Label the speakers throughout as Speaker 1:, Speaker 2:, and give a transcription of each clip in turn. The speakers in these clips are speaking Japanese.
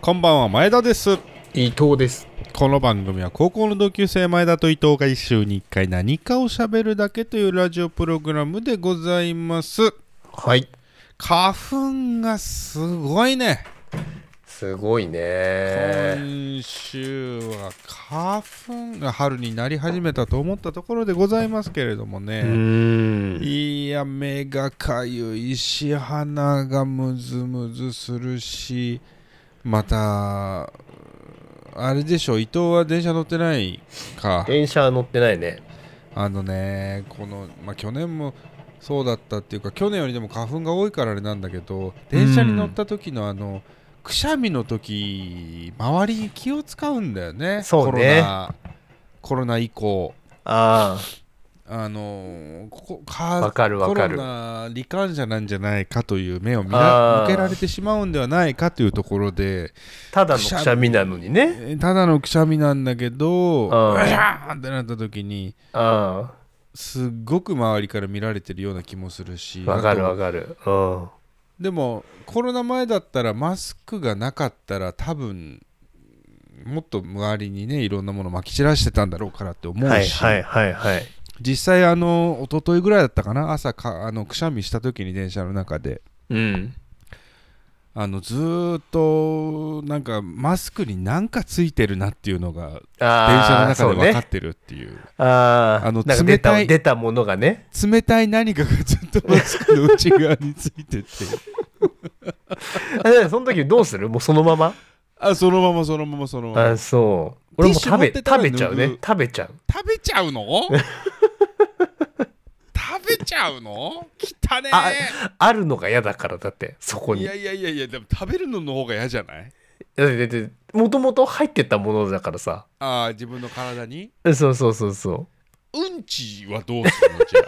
Speaker 1: こんばんは前田です
Speaker 2: 伊藤です
Speaker 1: この番組は高校の同級生前田と伊藤が一週に一回何かを喋るだけというラジオプログラムでございます
Speaker 2: はい
Speaker 1: 花粉がすごいね
Speaker 2: すごいね
Speaker 1: 今週は花粉が春になり始めたと思ったところでございますけれども
Speaker 2: う
Speaker 1: ね、
Speaker 2: ーん
Speaker 1: いや目がかゆいし鼻がムズムズするしまたあれでしょ伊藤は電車乗ってないか
Speaker 2: 電車乗ってないね
Speaker 1: あのねこの、まあ、去年もそうだったっていうか去年よりでも花粉が多いからあれなんだけど電車に乗った時のあのくしゃみの時周りに気を使うんだよね
Speaker 2: そうね
Speaker 1: コロナコロナ以降。
Speaker 2: あ
Speaker 1: あのーここ
Speaker 2: わかるわか
Speaker 1: コ
Speaker 2: る
Speaker 1: ロナ罹患者なんじゃないかという目を見
Speaker 2: あ
Speaker 1: ら
Speaker 2: ー
Speaker 1: 向けられてしまうんではないかというところで
Speaker 2: あただのくしゃみなのにね
Speaker 1: えーただのくしゃみなんだけどう
Speaker 2: うん
Speaker 1: わーってなった時に
Speaker 2: あ
Speaker 1: すっごく周りから見られてるような気もするし
Speaker 2: あわかる
Speaker 1: あ
Speaker 2: わ
Speaker 1: と
Speaker 2: かるうん
Speaker 1: でもコロナ前だったらマスクがなかったら多分もっと周りにねいろんなものまき散らしてたんだろうからって思うし、
Speaker 2: はいはいはいはい
Speaker 1: 実際あの一昨日ぐらいだったかな朝かあのくしゃみした時に電車の中で
Speaker 2: うん
Speaker 1: あのずーっとなんかマスクに何かついてるなっていうのが電車の
Speaker 2: ああ
Speaker 1: 中
Speaker 2: そ
Speaker 1: で
Speaker 2: う
Speaker 1: 分かっ
Speaker 2: ね
Speaker 1: てるっていう
Speaker 2: ああ
Speaker 1: あの
Speaker 2: なんか出
Speaker 1: 冷た
Speaker 2: た
Speaker 1: い
Speaker 2: 出たものがね
Speaker 1: 冷たい何かがずっとマスクの内側についてて
Speaker 2: あだからその時どうするもうそのまま
Speaker 1: あそのままそのままそのま
Speaker 2: あ
Speaker 1: ま
Speaker 2: そう俺もう食べ
Speaker 1: ティッシュ持ってた
Speaker 2: 食べ
Speaker 1: ら
Speaker 2: ちゃうね
Speaker 1: 脱ぐ
Speaker 2: 食べちゃう
Speaker 1: 食べちゃう の食べちゃうの汚ね
Speaker 2: ああるのが嫌だからだってそこ
Speaker 1: えい
Speaker 2: に
Speaker 1: やいやいやいやでも食べるのの方が嫌じゃない
Speaker 2: だってだってもともと入ってたものだからさ
Speaker 1: ああ自分の体に
Speaker 2: そうそうそうそう
Speaker 1: うんちはどうするのじゃ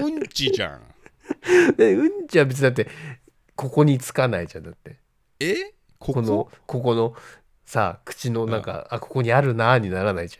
Speaker 1: あうんちじゃん
Speaker 2: でうんちは別にだってここにつかないじゃんだって
Speaker 1: えこ
Speaker 2: こ
Speaker 1: こ
Speaker 2: のここのさ口の中、あここにあるなーにならないじ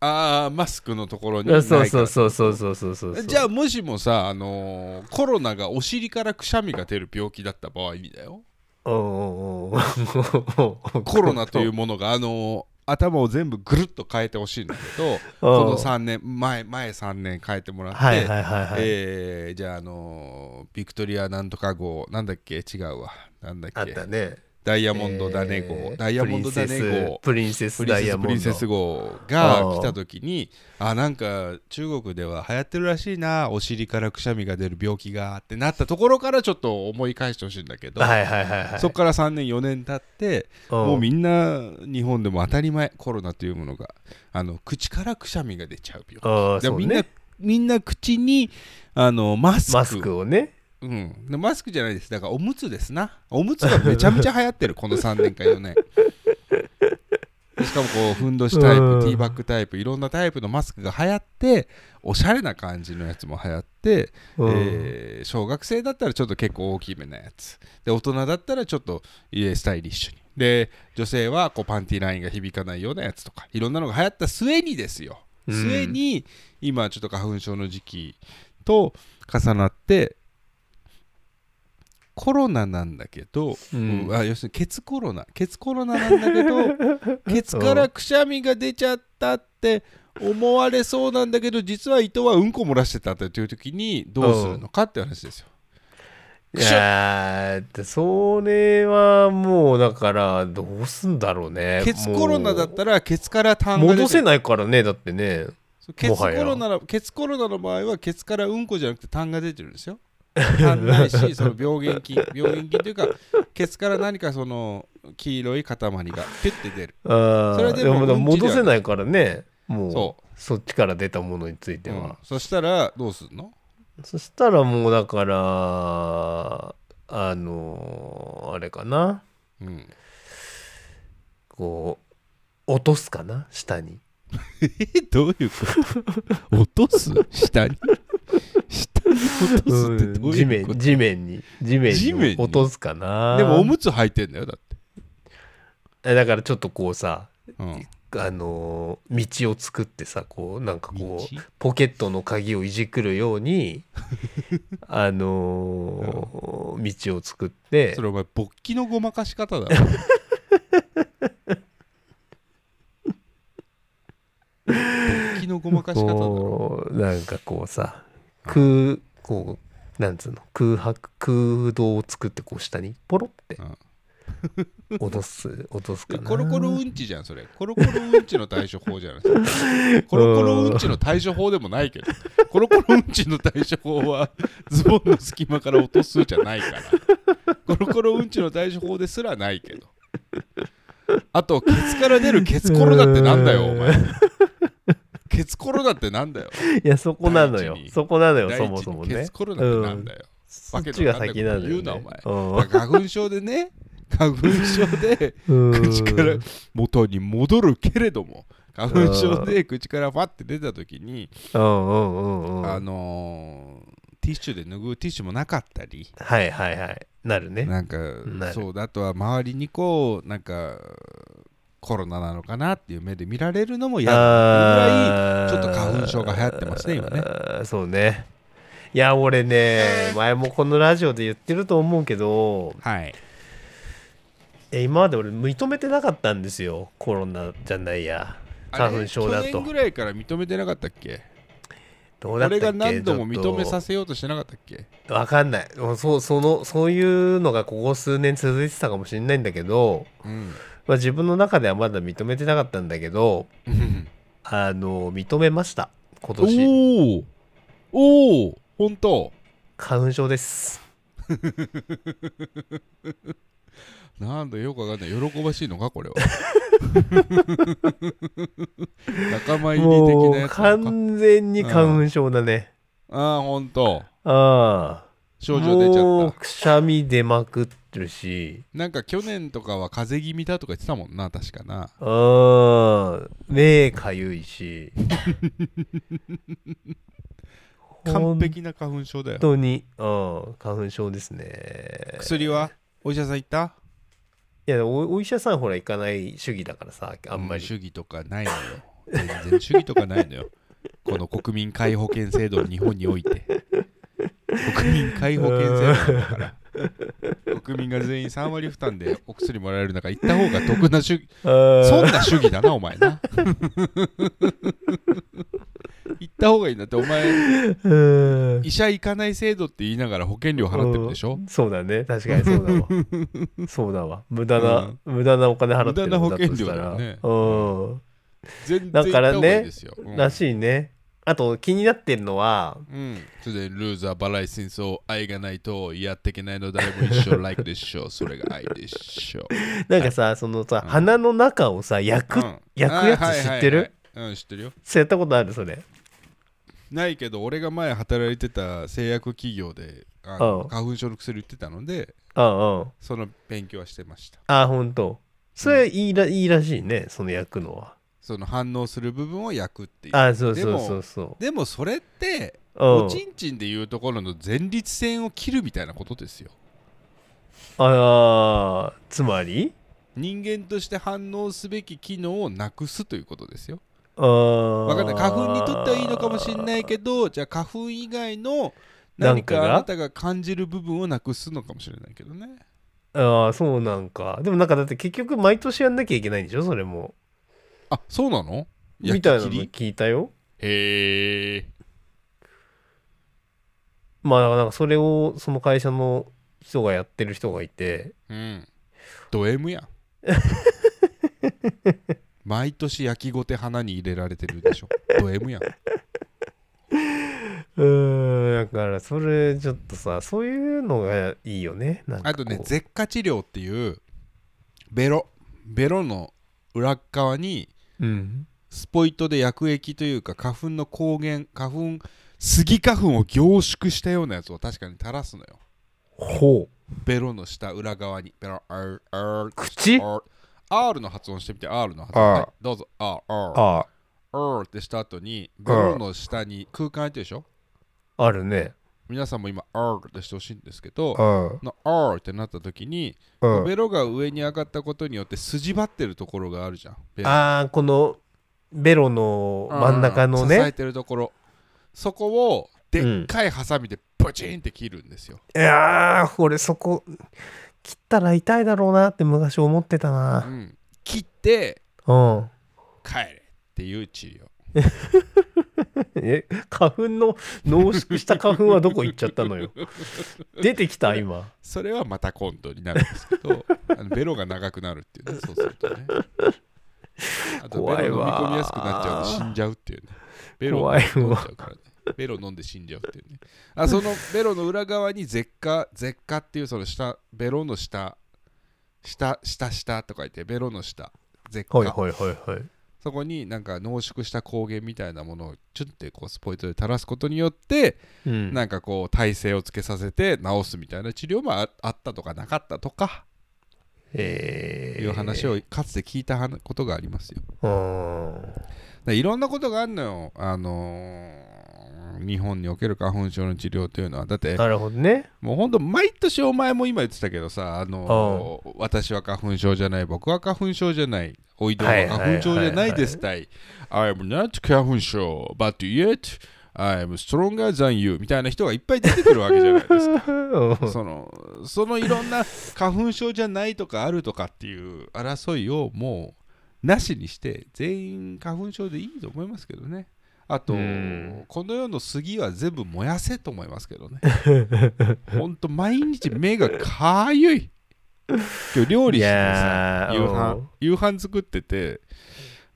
Speaker 1: ああマスクのところに
Speaker 2: ゃんそう
Speaker 1: ないか
Speaker 2: そ
Speaker 1: ら
Speaker 2: うそうそうそうそうそう
Speaker 1: じゃあもしもさ、あのーコロナがお尻からくしゃみが出る病気だった場合にだよ
Speaker 2: あうんうんうんうん
Speaker 1: コロナというものが、あのー頭を全部ぐるっと変えてほしいんだけどこの3年前前3年変えてもらって、
Speaker 2: はいはいはいはい、
Speaker 1: えーじゃあ、あのービクトリアなんとか号なんだっけ違うわなんだ
Speaker 2: あ
Speaker 1: っ
Speaker 2: っ
Speaker 1: け
Speaker 2: たね
Speaker 1: ダイヤモンドだね号、
Speaker 2: えー
Speaker 1: ダイヤモンドだね号
Speaker 2: プリンセス
Speaker 1: プリ
Speaker 2: プリンセス
Speaker 1: ン
Speaker 2: ダイ
Speaker 1: セ
Speaker 2: ヤ
Speaker 1: ス
Speaker 2: モ
Speaker 1: プ
Speaker 2: ンド
Speaker 1: リンセス号が来た時にあなんか中国では流行ってるらしいなお尻からくしゃみが出る病気がってなったところからちょっと思い返してほしいんだけど、
Speaker 2: はいはいはいはい
Speaker 1: そこから3年4年経って
Speaker 2: ん
Speaker 1: もうみんな日本でも当たり前コロナというものがあの口からくしゃみが出ちゃう病気
Speaker 2: あー
Speaker 1: で
Speaker 2: そう
Speaker 1: みんな、
Speaker 2: ね
Speaker 1: みんな口にあのマスク
Speaker 2: マスクをね
Speaker 1: うん、でマスクじゃないですだからおむつですなおむつがめちゃめちゃ流行ってるこの3年間よねしかもこうふんどしタイ
Speaker 2: うん
Speaker 1: プティーバッグタイプいろんなタイプのマスクが流行っておしゃれな感じのやつも流行って、
Speaker 2: うん
Speaker 1: えー小学生だったらちょっと結構大きめなやつで大人だったらちょっとえースタイリッシュにで女性はこうパンティーラインが響かないようなやつとかいろんなのが流行った末にですよ
Speaker 2: うん
Speaker 1: 末に今ちょっと花粉症の時期と重なってコロナなんだけど、
Speaker 2: うん
Speaker 1: うんあ要するにケツコロナケツコロナなんだけ どケツからくしゃみが出ちゃったって思われそうなんだけど実は糸はうんこ漏らしてたという時にどうするのかって話ですよ。
Speaker 2: いやーでそれはもうだからどうすんだろうね
Speaker 1: ケツコロナだったらケツから痰が出て
Speaker 2: 戻せないからねだってね
Speaker 1: そうケツコロナのケツコロナの場合はケツからうんこじゃなくて痰が出てるんです よ。痰ないしその病原菌病原菌というかケツから何かその黄色い塊がピュッて出る。
Speaker 2: あ
Speaker 1: それ
Speaker 2: ー
Speaker 1: で
Speaker 2: で
Speaker 1: も
Speaker 2: もでも
Speaker 1: うんちでは
Speaker 2: 戻せないからねもう
Speaker 1: そ
Speaker 2: そっちから出たものについて
Speaker 1: うん
Speaker 2: は、
Speaker 1: そしたらどうすんの
Speaker 2: そしたらもうだからあのーあれかな
Speaker 1: うん、
Speaker 2: こう落とすかな下に
Speaker 1: えどういうこと落とす下に 下に落とすってどう
Speaker 2: 地
Speaker 1: いう
Speaker 2: 面
Speaker 1: こと、
Speaker 2: 地面に地面
Speaker 1: 地面に
Speaker 2: に落とすかな
Speaker 1: でもおむつ履いてんだよだって、
Speaker 2: えだからちょっとこうさ
Speaker 1: うん、
Speaker 2: あのー道を作ってさこうなんかこう
Speaker 1: 道
Speaker 2: ポケットの鍵をいじくるよ うにあのー道を作って
Speaker 1: それお前勃起のごまかし方だ 勃起のごまかし方だろ
Speaker 2: こうなんかこうさ空こうなんつうの空白空洞を作ってこう下にポロって落とす落とすかな
Speaker 1: コロコロうんちじゃんそれコロコロうんちの対処法じゃないです かコロコロうんちの対処法でもないけどコロコロうんちの対処法はズボンの隙間から落とすじゃないからコロコロうんちの対処法ですらないけどあとケツから出るケツコロだってなんだよお前ケツコロだってなんだよ
Speaker 2: いやそこなのよ
Speaker 1: 第一に
Speaker 2: そこなのよ
Speaker 1: 第
Speaker 2: そ
Speaker 1: 一
Speaker 2: もそも
Speaker 1: にケ
Speaker 2: ね
Speaker 1: ツコロナってなんだよ。
Speaker 2: そっちが先なのよ、ね、
Speaker 1: わけのわかんないこ
Speaker 2: お
Speaker 1: だから花粉症で ね、花粉症で口から元に戻るけれども、花粉症で口からファって出た時に、
Speaker 2: うんうんうんうん
Speaker 1: あのーティッシュで拭うティッシュもなかったり、
Speaker 2: はいはいはいなるね
Speaker 1: なんか
Speaker 2: なる
Speaker 1: そうだあとは周りにこうなんかコロナなのかなっていう目で見られるのも嫌だっていうぐらい。ちょ
Speaker 2: あー
Speaker 1: っと花粉症が流行ってますね今ね
Speaker 2: あーそうねいや俺ね前もこのラジオで言ってると思うけど
Speaker 1: はい、
Speaker 2: え今まで俺認めてなかったんですよコロナじゃないや花粉症だ
Speaker 1: あれ去
Speaker 2: と
Speaker 1: 年ぐらいから認めてなかったっけ
Speaker 2: どうだった
Speaker 1: 俺
Speaker 2: っけ
Speaker 1: が何度も
Speaker 2: ちょっと
Speaker 1: 認めさせようとしてなかったっけ
Speaker 2: わかんないもうそうそのそういうのがここ数年続いてたかもしれないんだけど、
Speaker 1: うん
Speaker 2: まあ、自分の中ではまだ認めてなかったんだけどあの認めました今年
Speaker 1: おおおお本当
Speaker 2: 花粉症です
Speaker 1: なんだよくわかんない喜ばしいのかこれは 仲間入り
Speaker 2: も
Speaker 1: 的な
Speaker 2: う
Speaker 1: やつなのか
Speaker 2: 完全に花粉症だね
Speaker 1: ああ本当
Speaker 2: ああ
Speaker 1: 症状出ち
Speaker 2: も
Speaker 1: ゃ
Speaker 2: う
Speaker 1: った
Speaker 2: くしゃみ出まくってるし
Speaker 1: なんか去年とかは風邪気味だとか言ってたもんな確かな
Speaker 2: うん目かゆいし
Speaker 1: 完璧な花粉症だよ
Speaker 2: 本当に、うん、花粉症ですね
Speaker 1: 薬はお医者さん行った
Speaker 2: いやおお医者さんほら行かない主義だからさあんまり、
Speaker 1: 主義とかないのよ全然主義とかないのよこの国民皆保険制度の日本において国民皆保険制度だから国民が全員3割負担でお薬もらえる中行った方が得な主義そんな主義だなお前な行った方がいいんだってお前
Speaker 2: うん
Speaker 1: 医者行かない制度って言いながら保険料払ってるでしょ
Speaker 2: そうだね確かにそうだ わそうだわ無駄な、無駄なお金払ってる
Speaker 1: 無駄な
Speaker 2: のだ
Speaker 1: 保険
Speaker 2: と
Speaker 1: 料
Speaker 2: した
Speaker 1: だよ
Speaker 2: ら、
Speaker 1: ね
Speaker 2: うん、
Speaker 1: 全然行
Speaker 2: だ
Speaker 1: った
Speaker 2: からね
Speaker 1: 方がいいですよ、うん
Speaker 2: らしいねあと気になってるのは
Speaker 1: うん、それでルーザーバライセンスを愛がないとやっていけないの誰も一生 like でしょうそれが愛でしょう、
Speaker 2: なんかさそのさ、
Speaker 1: うん
Speaker 2: 鼻の中をさ焼く、
Speaker 1: うん
Speaker 2: 焼くやつ知ってる、
Speaker 1: はいはいはいうん知ってるよ
Speaker 2: そうやったことあるそれ
Speaker 1: ないけど俺が前働いてた製薬企業であの
Speaker 2: うん
Speaker 1: 花粉症の薬売ってたので
Speaker 2: うんうん
Speaker 1: その勉強はしてました
Speaker 2: あほんとそれいいら,、いいらしいねその焼くのは
Speaker 1: その反応する部分を焼くっていう
Speaker 2: あそうそうそうそ
Speaker 1: でもそれって
Speaker 2: うう
Speaker 1: お
Speaker 2: ん
Speaker 1: ちんちんでいうところの前立腺を切るみたいなことですよ
Speaker 2: あーつまり
Speaker 1: 人間として反応すべき機能をなくすということですよ
Speaker 2: わ
Speaker 1: わかんない花粉にとってはいいのかもしれないけどじゃあ花粉以外の
Speaker 2: なん
Speaker 1: 何
Speaker 2: かが
Speaker 1: かあなたが感じる部分をなくすのかもしれないけどね
Speaker 2: ああそうなんかでもなんかだって結局毎年やんなきゃいけないんでしょそれも
Speaker 1: あそうなの
Speaker 2: みたいなの
Speaker 1: 焼き切り
Speaker 2: 聞いたよ
Speaker 1: へえ
Speaker 2: まあだからなんかそれをその会社の人がやってる人がいて
Speaker 1: うんド M やん毎年焼きごて花に入れられてるでしょド M やん
Speaker 2: うーんだからそれちょっとさそういうのがいいよねなんか
Speaker 1: あ
Speaker 2: こう
Speaker 1: とね舌下治療っていうベロベロの裏っ側に
Speaker 2: うん
Speaker 1: スポイトで薬液というか花粉の抗原花粉スギ花粉を凝縮したようなやつを確かに垂らすのよ
Speaker 2: ほう
Speaker 1: ベロの下裏側にベロ R R
Speaker 2: 口
Speaker 1: R R の発音してみて R の発音
Speaker 2: あー
Speaker 1: はいどうぞ R R
Speaker 2: あ
Speaker 1: R ってした後にベロの下に空間空いてるでしょ
Speaker 2: あるね
Speaker 1: 皆さんも今、あーってしてほしいんですけど、
Speaker 2: うん
Speaker 1: のあーってなった時に、
Speaker 2: うん
Speaker 1: ベロが上に上がったことによって筋張ってるところがあるじゃん。ベロ
Speaker 2: ああこのベロの真ん中の
Speaker 1: うん支え
Speaker 2: ね
Speaker 1: てるところ。そこをでっかいハサミでブチンって切るんですよ。
Speaker 2: いやー俺そこ切ったら痛いだろうなって昔思ってた
Speaker 1: う
Speaker 2: なん
Speaker 1: 切って
Speaker 2: うん
Speaker 1: 帰れっていう治療。
Speaker 2: え花粉の濃縮した花粉はどこ行っちゃったのよ出てきた今
Speaker 1: それはまた今度になるんですけ どあのベロが長くなるっていうねそうするとねあと
Speaker 2: 怖
Speaker 1: ベ
Speaker 2: い
Speaker 1: ロ飲み
Speaker 2: わー
Speaker 1: 込みやすくなっちゃうと死んじゃうっていうねベロ
Speaker 2: 怖い
Speaker 1: 飲んじ
Speaker 2: わ
Speaker 1: ゃうからねベロ飲んで死んじゃうっていうねあそのベロの裏側に舌下舌下っていうその下ベロの下下下下と書いてベロの下舌下、
Speaker 2: はいはいはいはい
Speaker 1: そこになんか濃縮した抗原みたいなものをチュンってこうスポイトで垂らすことによって
Speaker 2: うん
Speaker 1: なんかこう体勢をつけさせて治すみたいな治療もああったとかなかったとか
Speaker 2: えー
Speaker 1: いう話をかつて聞いたはなことがありますよ。
Speaker 2: うん
Speaker 1: でいろんなことがあるのよ、あのー日本における花粉症の治療というのは。だって
Speaker 2: なるほどね
Speaker 1: もうほんと毎年お前も今言ってたけどさ、あのー私は花粉症じゃない、僕は花粉症じゃない、おいどんは花粉症じゃないですたい。I'm not 花粉症、but yet I'm stronger than you みたいな人がいっぱい出てくるわけじゃないですか。
Speaker 2: うん
Speaker 1: そのそのいろんな花粉症じゃないとかあるとかっていう争いをもうなしにして全員花粉症でいいと思いますけどねあと
Speaker 2: うん
Speaker 1: この世の杉は全部燃やせと思いますけど ねほんと毎日目がかゆい今日料理してさ
Speaker 2: いやー
Speaker 1: 夕
Speaker 2: う
Speaker 1: 飯
Speaker 2: ん
Speaker 1: 夕飯作ってて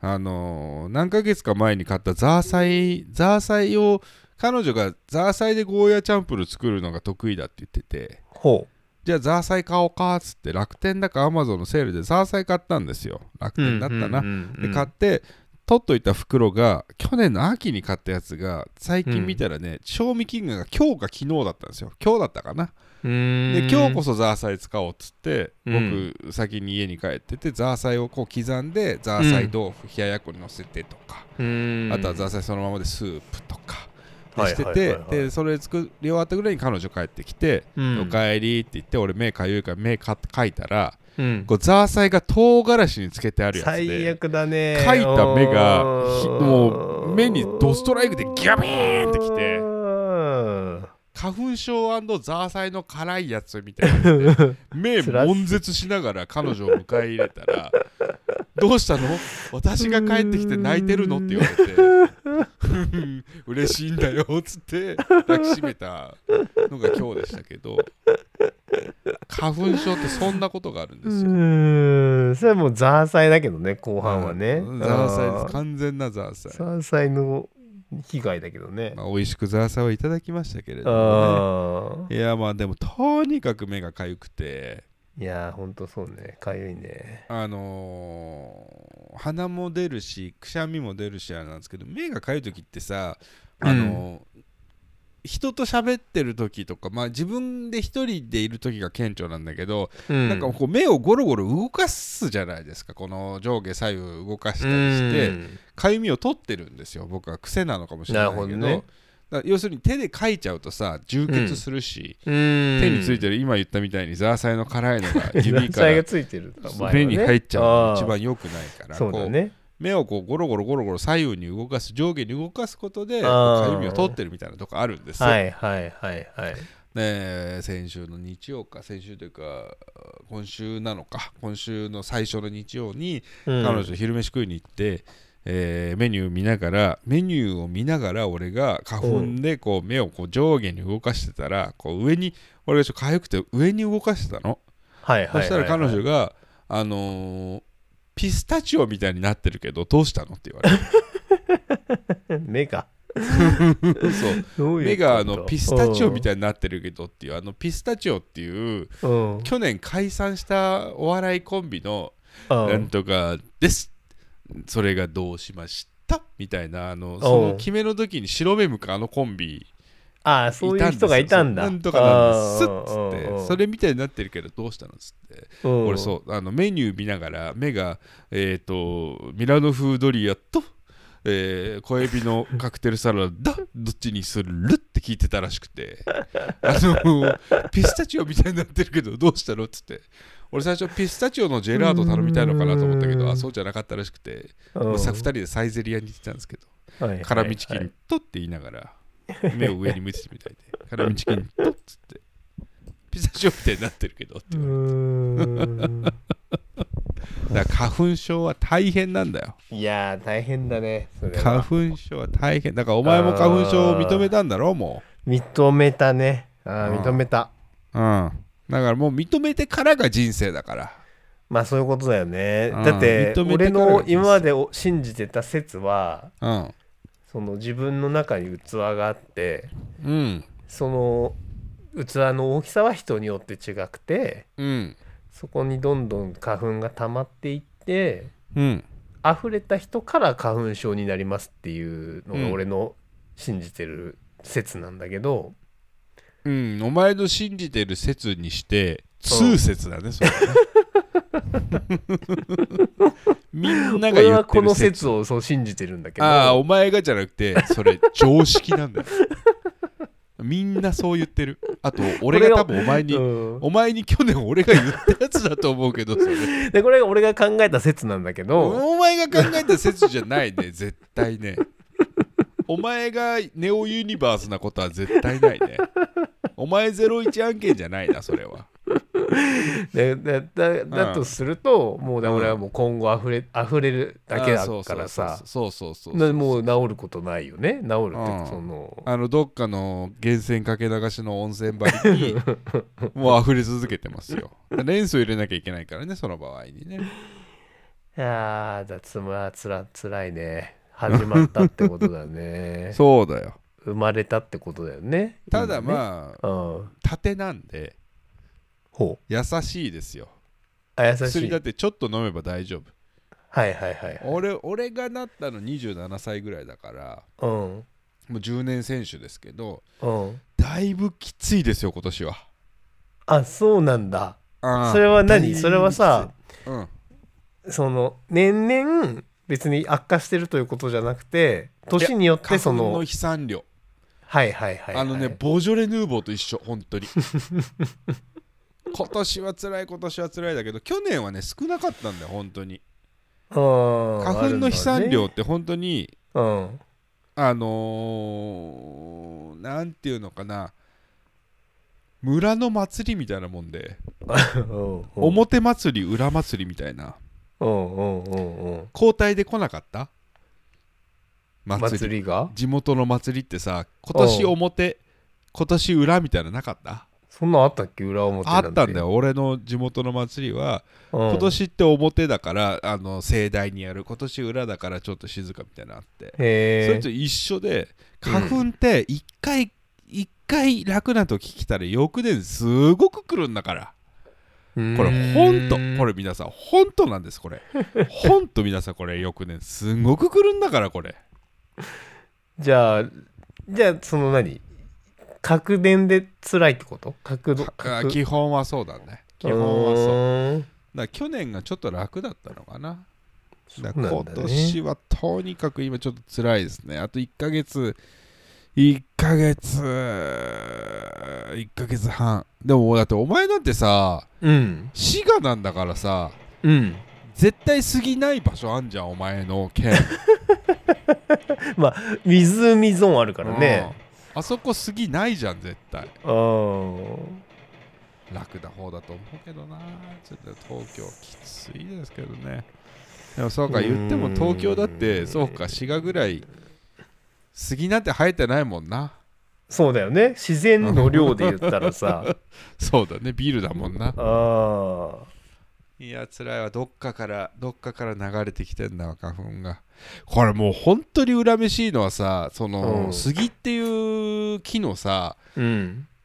Speaker 1: あのー何ヶ月か前に買ったザーサイザーサイを彼女がザーサイでゴーヤチャンプル作るのが得意だって言ってて、
Speaker 2: ほ
Speaker 1: じゃあザーサイ買おうかっつって楽天だかアマゾンのセールでザーサイ買ったんですよ楽
Speaker 2: う
Speaker 1: 天だったな、
Speaker 2: うんうんうん
Speaker 1: で買って取っといた袋が去年の秋に買ったやつが最近見たらね、賞味期限が今日か昨日だったんですよ今日だったかな
Speaker 2: うー
Speaker 1: で
Speaker 2: ん
Speaker 1: 今日こそザーサイ使おうっつって、
Speaker 2: うん
Speaker 1: 僕先に家に帰っててザーサイをこう刻んでザーサイ豆腐、冷ややっこに乗せてとか、
Speaker 2: うーん
Speaker 1: あとはザーサイそのままでスープとかで
Speaker 2: はい
Speaker 1: して
Speaker 2: はいは
Speaker 1: て
Speaker 2: いはい
Speaker 1: でそれ作り終わったぐらいに彼女帰ってきて、
Speaker 2: うん
Speaker 1: おかえりって言って俺目かゆいから目かかいたら
Speaker 2: うん
Speaker 1: こうザーサイが唐辛子につけてあるやつ
Speaker 2: 最
Speaker 1: で
Speaker 2: 悪だね
Speaker 1: かいた目がひ
Speaker 2: おー
Speaker 1: もう目にドストライクでギャビーンってきて
Speaker 2: うん
Speaker 1: 花粉症ザーサイの辛いやつみたいなの で目悶絶しながら彼女を迎え入れたら「どうしたの私が帰ってきて泣いてるの?」って言われてうん「 嬉しいんだよ」っつって抱きしめたのが今日でしたけど花粉症ってそんなことがあるん
Speaker 2: う
Speaker 1: ですよ。
Speaker 2: ーんそれはもうザーサイだけどね後半はね、
Speaker 1: うんザーサイです
Speaker 2: あ
Speaker 1: 完全なザーサイ
Speaker 2: ーザーサイの被害だけどね、
Speaker 1: まあ、美味しくザーサイをいただきましたけれども、
Speaker 2: あ
Speaker 1: ね、いやまあでもとにかく目が痒くて
Speaker 2: ーいやーほんとそうねかゆいね
Speaker 1: あのー鼻も出るしくしゃみも出るしあれなんですけど目が痒い時ってさあのー人と喋ってる時とか、まあ、自分で一人でいる時が顕著なんだけど、
Speaker 2: な
Speaker 1: なんかこう目をゴロゴロ動かすじゃないですかこの上下左右動かしたりして、かゆみを取ってるんですよ僕は癖なのかもしれないけど
Speaker 2: なるほどね
Speaker 1: だから要するに手でかいちゃうとさ充血するし、
Speaker 2: 手
Speaker 1: 手について
Speaker 2: る
Speaker 1: る今言ったみたいにザーサイの辛いの が指
Speaker 2: 指
Speaker 1: か
Speaker 2: からがついてるお前はね
Speaker 1: 目に入っちゃうのが
Speaker 2: あー
Speaker 1: 一番良くないから
Speaker 2: そうだ
Speaker 1: こ
Speaker 2: ね
Speaker 1: う目をこうゴロゴロゴロゴロ左右に動かす上下に動かすことで
Speaker 2: あ
Speaker 1: こう
Speaker 2: ー
Speaker 1: かゆみを取ってるみたいなとこあるんです、
Speaker 2: はいはいはいはい
Speaker 1: で先週の日曜か先週というか今週なのか今週の最初の日曜に
Speaker 2: うん
Speaker 1: 彼女昼飯食いに行って、えーメニュー見ながらメニューを見ながら俺が花粉でこう目をこう上下に動かしてたらこう上に俺がちょっと痒くて上に動かしてたの、
Speaker 2: はいはいはいはい
Speaker 1: そしたら彼女が「あのーピスタチオみたいになってるけどどうしたの?」って言われ て
Speaker 2: 目が
Speaker 1: そう
Speaker 2: どういう
Speaker 1: 目があのピスタチオみ
Speaker 2: い
Speaker 1: たいになってるけどっていうあのピスタチオっていう
Speaker 2: な、うんうん
Speaker 1: 去年解散したお笑いコンビのなんとかです。それがどうしましたみたいな、あの、その決めの時に白目向かあのコンビ、
Speaker 2: ああそういう人がいたんだ
Speaker 1: なんとかなんです。
Speaker 2: あ
Speaker 1: つ
Speaker 2: ーうんう
Speaker 1: っ
Speaker 2: んう
Speaker 1: て、
Speaker 2: ん
Speaker 1: それみたいになってるけど、どうしたのつって。
Speaker 2: うん
Speaker 1: 俺、そう、あの、メニュー見ながら、目が、えっと、ミラノ風ドリアと、えー小エビのカクテルサラダどっちにするって聞いてたらしくてあのピスタチオみたいになってるけどどうしたのっつって俺最初ピスタチオのジェラート頼みたいのかなと思ったけ
Speaker 2: うー
Speaker 1: ど
Speaker 2: ん
Speaker 1: あそうじゃなかったらしくて
Speaker 2: うん
Speaker 1: さ2人でサイゼリアに行ってたんですけど
Speaker 2: はいはい
Speaker 1: 辛味チキ
Speaker 2: はい
Speaker 1: ンとって言いながら目を上に向いてたみたいで辛味チキンとっつってピスタチオみたいになってるけどって
Speaker 2: う
Speaker 1: 言われて
Speaker 2: ーん
Speaker 1: だから花粉症は大変なんだよ
Speaker 2: いやー大変だねそれは
Speaker 1: 花粉症は大変だからお前も花粉症を認めたんだろも
Speaker 2: 認めたねあ
Speaker 1: うん
Speaker 2: ー認めた
Speaker 1: ううんだからもう認めてからが人生だから
Speaker 2: まあそういうことだよね
Speaker 1: うん
Speaker 2: だって
Speaker 1: 認めて
Speaker 2: 俺
Speaker 1: から
Speaker 2: の
Speaker 1: です
Speaker 2: 今までを信じてた説は
Speaker 1: うん
Speaker 2: その自分の中に器があって
Speaker 1: うん
Speaker 2: その器の大きさは人によって違くて
Speaker 1: うん
Speaker 2: そこにどんどん花粉が溜まっていって
Speaker 1: うん
Speaker 2: 溢れた人から花粉症になりますっていうの
Speaker 1: うん
Speaker 2: が俺の信じてる説なんだけど、
Speaker 1: うんお前の信じてる説にして通説だね それはねみんなが
Speaker 2: 俺
Speaker 1: 言
Speaker 2: は
Speaker 1: って
Speaker 2: こ
Speaker 1: る
Speaker 2: の
Speaker 1: 説
Speaker 2: 説をそう信じてるんだけど
Speaker 1: ああお前がじゃなくてそれ常識なんだよみんなそう言ってるあと俺が多分お前に、
Speaker 2: うん
Speaker 1: お前に去年俺が言ったやつだと思うけどそれ
Speaker 2: でこれが俺が考えた説なんだけど、
Speaker 1: お前が考えた説じゃない ね絶対ねお前がネオユニバースなことは絶対ないねお前01案件じゃないなそれは
Speaker 2: でだだだとすると、もうだ
Speaker 1: うん
Speaker 2: 俺はもう今後溢れ溢れるだけだ
Speaker 1: あー
Speaker 2: からさ
Speaker 1: そうそうそうそうそうそう
Speaker 2: なもう治ることないよね治るっていう
Speaker 1: うん
Speaker 2: かその
Speaker 1: あのどっかの源泉かけ流しの温泉場 にもう溢れ続けてますよレンスを入れなきゃいけないからねその場合にね
Speaker 2: いやーだつまつらつらいね始まったってことだね
Speaker 1: そうだよ
Speaker 2: 生まれたってことだよね
Speaker 1: ただ
Speaker 2: 今ね
Speaker 1: まあ
Speaker 2: うん
Speaker 1: 縦なんで
Speaker 2: ほう
Speaker 1: 優しいですよ
Speaker 2: あ優し
Speaker 1: 薬
Speaker 2: い
Speaker 1: だってちょっと飲めば大丈夫
Speaker 2: はいはいはい
Speaker 1: 俺俺がなったの27歳ぐらいだから
Speaker 2: うん
Speaker 1: もう10年選手ですけど
Speaker 2: うん
Speaker 1: だいぶきついですよ今年は
Speaker 2: あそうなんだ
Speaker 1: あー
Speaker 2: それは
Speaker 1: だいぶ
Speaker 2: 何
Speaker 1: きつい
Speaker 2: それはさ
Speaker 1: うん
Speaker 2: その年々別に悪化してるということじゃなくて年によって
Speaker 1: 花
Speaker 2: そ
Speaker 1: 粉
Speaker 2: の
Speaker 1: の飛散量
Speaker 2: はいはいはい、はい、
Speaker 1: あのねボジョレ・ヌーボーと一緒本当に 今年は辛い今年は辛いだけど去年はね少なかったんだよ本当に
Speaker 2: うん
Speaker 1: 花粉の飛散量
Speaker 2: あ
Speaker 1: って本当に
Speaker 2: るのね
Speaker 1: あのー、なんていうのかな村の祭りみたいなもんで
Speaker 2: うんっ
Speaker 1: 表祭り裏祭りみたいな
Speaker 2: うんうんうんうん
Speaker 1: 交代で来なかった祭り
Speaker 2: 祭りが
Speaker 1: 地元の祭りってさ今年表今年裏みたいなのなかった
Speaker 2: そんなんあったっけ裏表
Speaker 1: あ
Speaker 2: なんて
Speaker 1: ったんだ、よ俺の地元の祭りは
Speaker 2: うん
Speaker 1: 今年って表だからあの盛大にやる今年裏だからちょっと静かみたいなのあってそれ
Speaker 2: へ
Speaker 1: と一緒で花粉って一回一回楽な時来たら翌年すごく来るんだから
Speaker 2: え
Speaker 1: これ本当これ皆さん本当なんですこ れ本当皆さんこれ翌年すごく来るんだからこれ
Speaker 2: じゃあじゃあその何角電で辛いってこと角度
Speaker 1: あ
Speaker 2: 角
Speaker 1: 基本はそうだね基本はそうだか
Speaker 2: ーん
Speaker 1: ら去年がちょっと楽だったのかなだ
Speaker 2: そ
Speaker 1: か
Speaker 2: う
Speaker 1: ら
Speaker 2: なん
Speaker 1: 今
Speaker 2: だね
Speaker 1: 年はとにかく今ちょっと辛いですねあと1ヶ月1ヶ月1ヶ月半でもだってお前なんてさ
Speaker 2: うん
Speaker 1: 滋賀なんだからさ
Speaker 2: うん
Speaker 1: 絶対過ぎない場所あんじゃんお前の県
Speaker 2: 湖ゾーンあるからね
Speaker 1: うんあそこ過ぎないじゃん絶対
Speaker 2: うん
Speaker 1: 楽な方だと思うけどなちょっと東京きついですけどねでもそうか
Speaker 2: うーん
Speaker 1: 言っても東京だってそうか滋賀ぐらい杉なんて生えてないもんな
Speaker 2: そうだよね自然の量で言った らさ
Speaker 1: そうだねビールだもんな
Speaker 2: ああ
Speaker 1: いや辛いわどっかからどっかから流れてきてんだわ花粉がこれもう本当に恨めしいのはさその、
Speaker 2: うん
Speaker 1: 杉っていう木のさ
Speaker 2: うん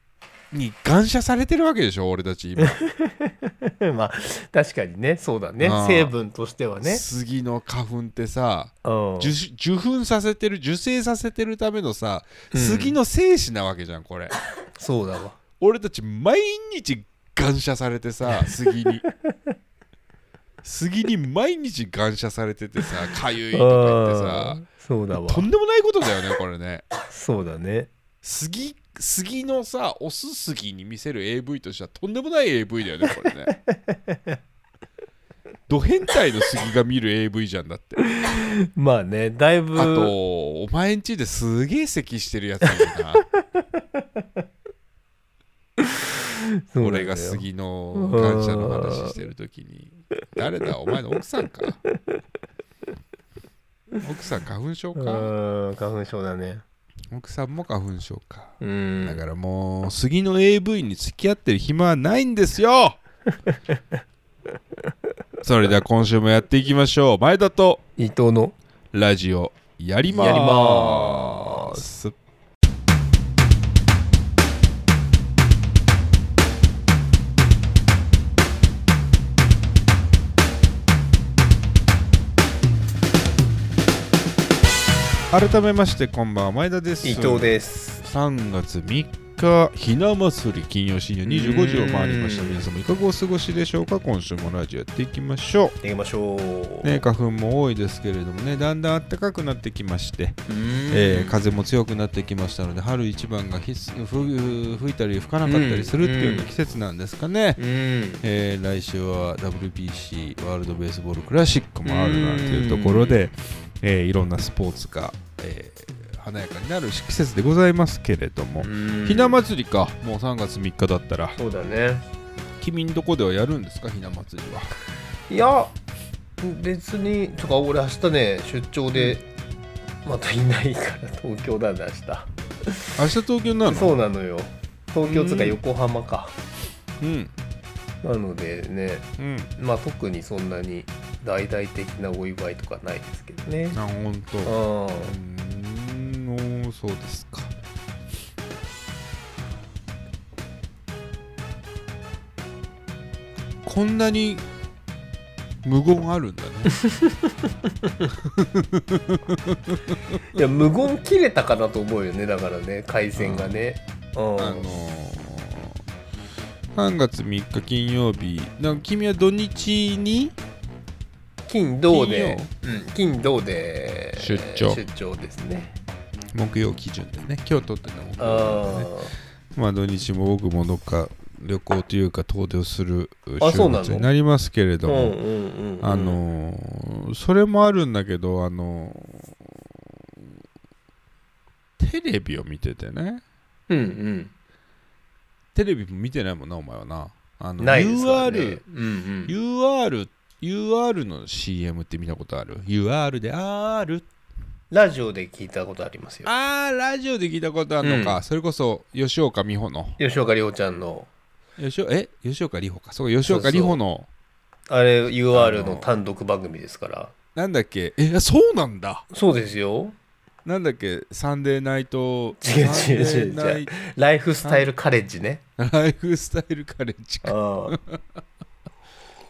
Speaker 1: に感謝されてるわけでしょ俺たち今
Speaker 2: まあ確かにねそうだね
Speaker 1: ああ
Speaker 2: 成分としてはね、
Speaker 1: 杉の花粉ってさ
Speaker 2: うん、
Speaker 1: 受受粉させてる受精させてるためのさ
Speaker 2: うん
Speaker 1: 杉の精子なわけじゃんこ れ、
Speaker 2: そうだわ
Speaker 1: 俺たち毎日感謝されてさ杉に杉に毎日感謝されててさかゆいとか言ってさ
Speaker 2: そうだわ
Speaker 1: とんでもないことだよねこれね
Speaker 2: そうだね
Speaker 1: 杉杉のさオス杉に見せる AV としてはとんでもない AV だよねこれね ド変態の杉が見る AV じゃんだって
Speaker 2: まあねだいぶ
Speaker 1: あとお前んちですげえ咳してるやついる な
Speaker 2: そうなんだよ
Speaker 1: 俺が杉の感謝の話してる時に誰だお前の奥さんか奥さん花粉症
Speaker 2: う
Speaker 1: か
Speaker 2: ーん花粉症だね
Speaker 1: 奥さんも花粉症か
Speaker 2: うん
Speaker 1: だからもう杉の AV に付き合ってる暇はないんですよ それでは今週もやっていきましょう前田と
Speaker 2: 伊藤の
Speaker 1: ラジオやりまー
Speaker 2: やり
Speaker 1: す改めましてこんばんは前田です
Speaker 2: 伊藤です
Speaker 1: 3月3日ひな祭り金曜深夜25時を回りました
Speaker 2: うーん
Speaker 1: 皆様いかがお過ごしでしょうか今週もラジオやっていきましょ
Speaker 2: 行きましょう
Speaker 1: う、ね、花粉も多いですけれどもねだんだん暖かくなってきまして、
Speaker 2: うーん
Speaker 1: えー風も強くなってきましたので春一番が必須ふ吹いたり吹かなかったりするっていうような季節なんですかね、
Speaker 2: うん
Speaker 1: えー来週は WBC ワールドベースボールクラシックもあるなんていうところで、えーいろんなスポーツが、えー華やかになる季節でございますけれども、
Speaker 2: うん
Speaker 1: ひな祭りかもう3月3日だったら
Speaker 2: そうだね
Speaker 1: 君んとこではやるんですかひな祭りはい
Speaker 2: や別にとか俺明日ね出張でまたいないから東京なんだ明
Speaker 1: 明日東京なの
Speaker 2: 日そうなのよ東京つうか
Speaker 1: うん
Speaker 2: 横浜か
Speaker 1: うん
Speaker 2: なのでね
Speaker 1: うん
Speaker 2: まあ特にそんなに大々的なお祝いとかないですけどね
Speaker 1: あほんと
Speaker 2: う
Speaker 1: うんーんおーそうですかこんなに無言ある んだね
Speaker 2: いや無言切れたかなと思うよねだからね回線がねうん
Speaker 1: あのー3月3日金曜日なんか君は土日に
Speaker 2: 金銅でうん金銅で
Speaker 1: 出張
Speaker 2: 出張ですね
Speaker 1: 木曜基準でね今日撮ってた木曜日なんでね
Speaker 2: あ
Speaker 1: まあ土日も僕もどっか旅行というか遠出をする
Speaker 2: あそうなの
Speaker 1: 週末になりますけれ
Speaker 2: あう
Speaker 1: ど
Speaker 2: ん
Speaker 1: も、
Speaker 2: うんうんうん
Speaker 1: あのーそれもあるんだけどあのーテレビを見ててね
Speaker 2: うんうん
Speaker 1: テレビも見てないもんなお前はなあの
Speaker 2: ないですからね
Speaker 1: UR、
Speaker 2: うんうん、
Speaker 1: UR UR の CM って見たことある ?UR で R
Speaker 2: ラジオで聞いたことありますよ
Speaker 1: あーラジオで聞いたことあるのか、
Speaker 2: うん
Speaker 1: それこそ吉岡美穂の
Speaker 2: 吉岡里帆ちゃんの
Speaker 1: 吉岡え吉岡里帆かそう吉岡里
Speaker 2: そ
Speaker 1: 帆
Speaker 2: う
Speaker 1: の
Speaker 2: あれ
Speaker 1: あ
Speaker 2: UR
Speaker 1: の
Speaker 2: の単独番組ですから
Speaker 1: なんだっけえそうなんだ
Speaker 2: そうですよ
Speaker 1: なんだっけサンデーナイト
Speaker 2: 違う違う
Speaker 1: サンデーナイ
Speaker 2: ライフスタイルカレッジね
Speaker 1: ライフスタイルカレッジか
Speaker 2: ああ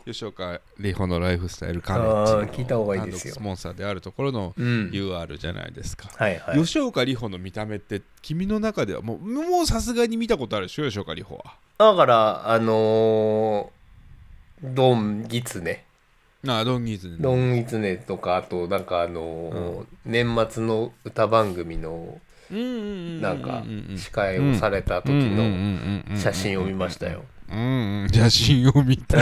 Speaker 1: 吉岡里帆のライフスタイルカレッジ
Speaker 2: あー聞いた方がいいですよ
Speaker 1: 単独スポンサーであるところの
Speaker 2: うん
Speaker 1: UR じゃないですか、
Speaker 2: はいはい
Speaker 1: 吉岡里帆の見た目って君の中ではもうもうさすがに見たことあるでしょ吉岡里帆は
Speaker 2: だからあのードンギツネ
Speaker 1: なあドンギーズ
Speaker 2: ドンギツネとかあとなんかあのー年末の歌番組の
Speaker 1: うんうんうん
Speaker 2: なんか
Speaker 1: うんうん
Speaker 2: 司会をされた時の写真を見ましたよ
Speaker 1: うんうん写真を見 た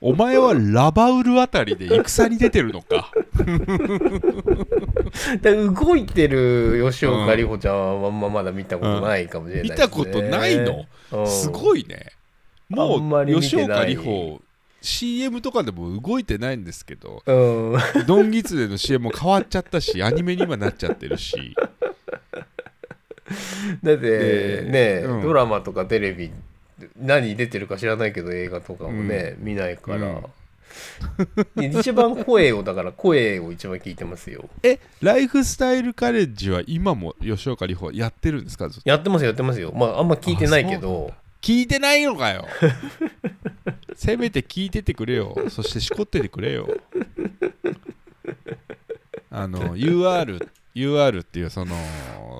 Speaker 1: お前はラバウルあたりで戦に出てるのか
Speaker 2: で動いてる吉岡里帆ちゃんはあんままだ見たことないかもしれない
Speaker 1: 見
Speaker 2: ですね、
Speaker 1: たことないの
Speaker 2: うん
Speaker 1: すごいねも
Speaker 2: あんま
Speaker 1: う
Speaker 2: り見
Speaker 1: 吉
Speaker 2: て
Speaker 1: 岡
Speaker 2: ない
Speaker 1: 里帆 CM とかでも動いてないんですけど
Speaker 2: うん、
Speaker 1: ドン・ギツネの CM も変わっちゃったしアニメに今なっちゃってるし
Speaker 2: だって
Speaker 1: で
Speaker 2: ねえ、
Speaker 1: うん
Speaker 2: ドラマとかテレビ何出てるか知らないけど映画とかもね、見ないから、一番声をだから声を一番聞いてますよ
Speaker 1: えライフスタイルカレッジは今も吉岡里帆やってるんですかずっと
Speaker 2: やってますよやってますよまああんま聞いてないけど
Speaker 1: 聞いてないの かよせめて聞いててくれよそしてしこっててくれよあの UR UR っていうその、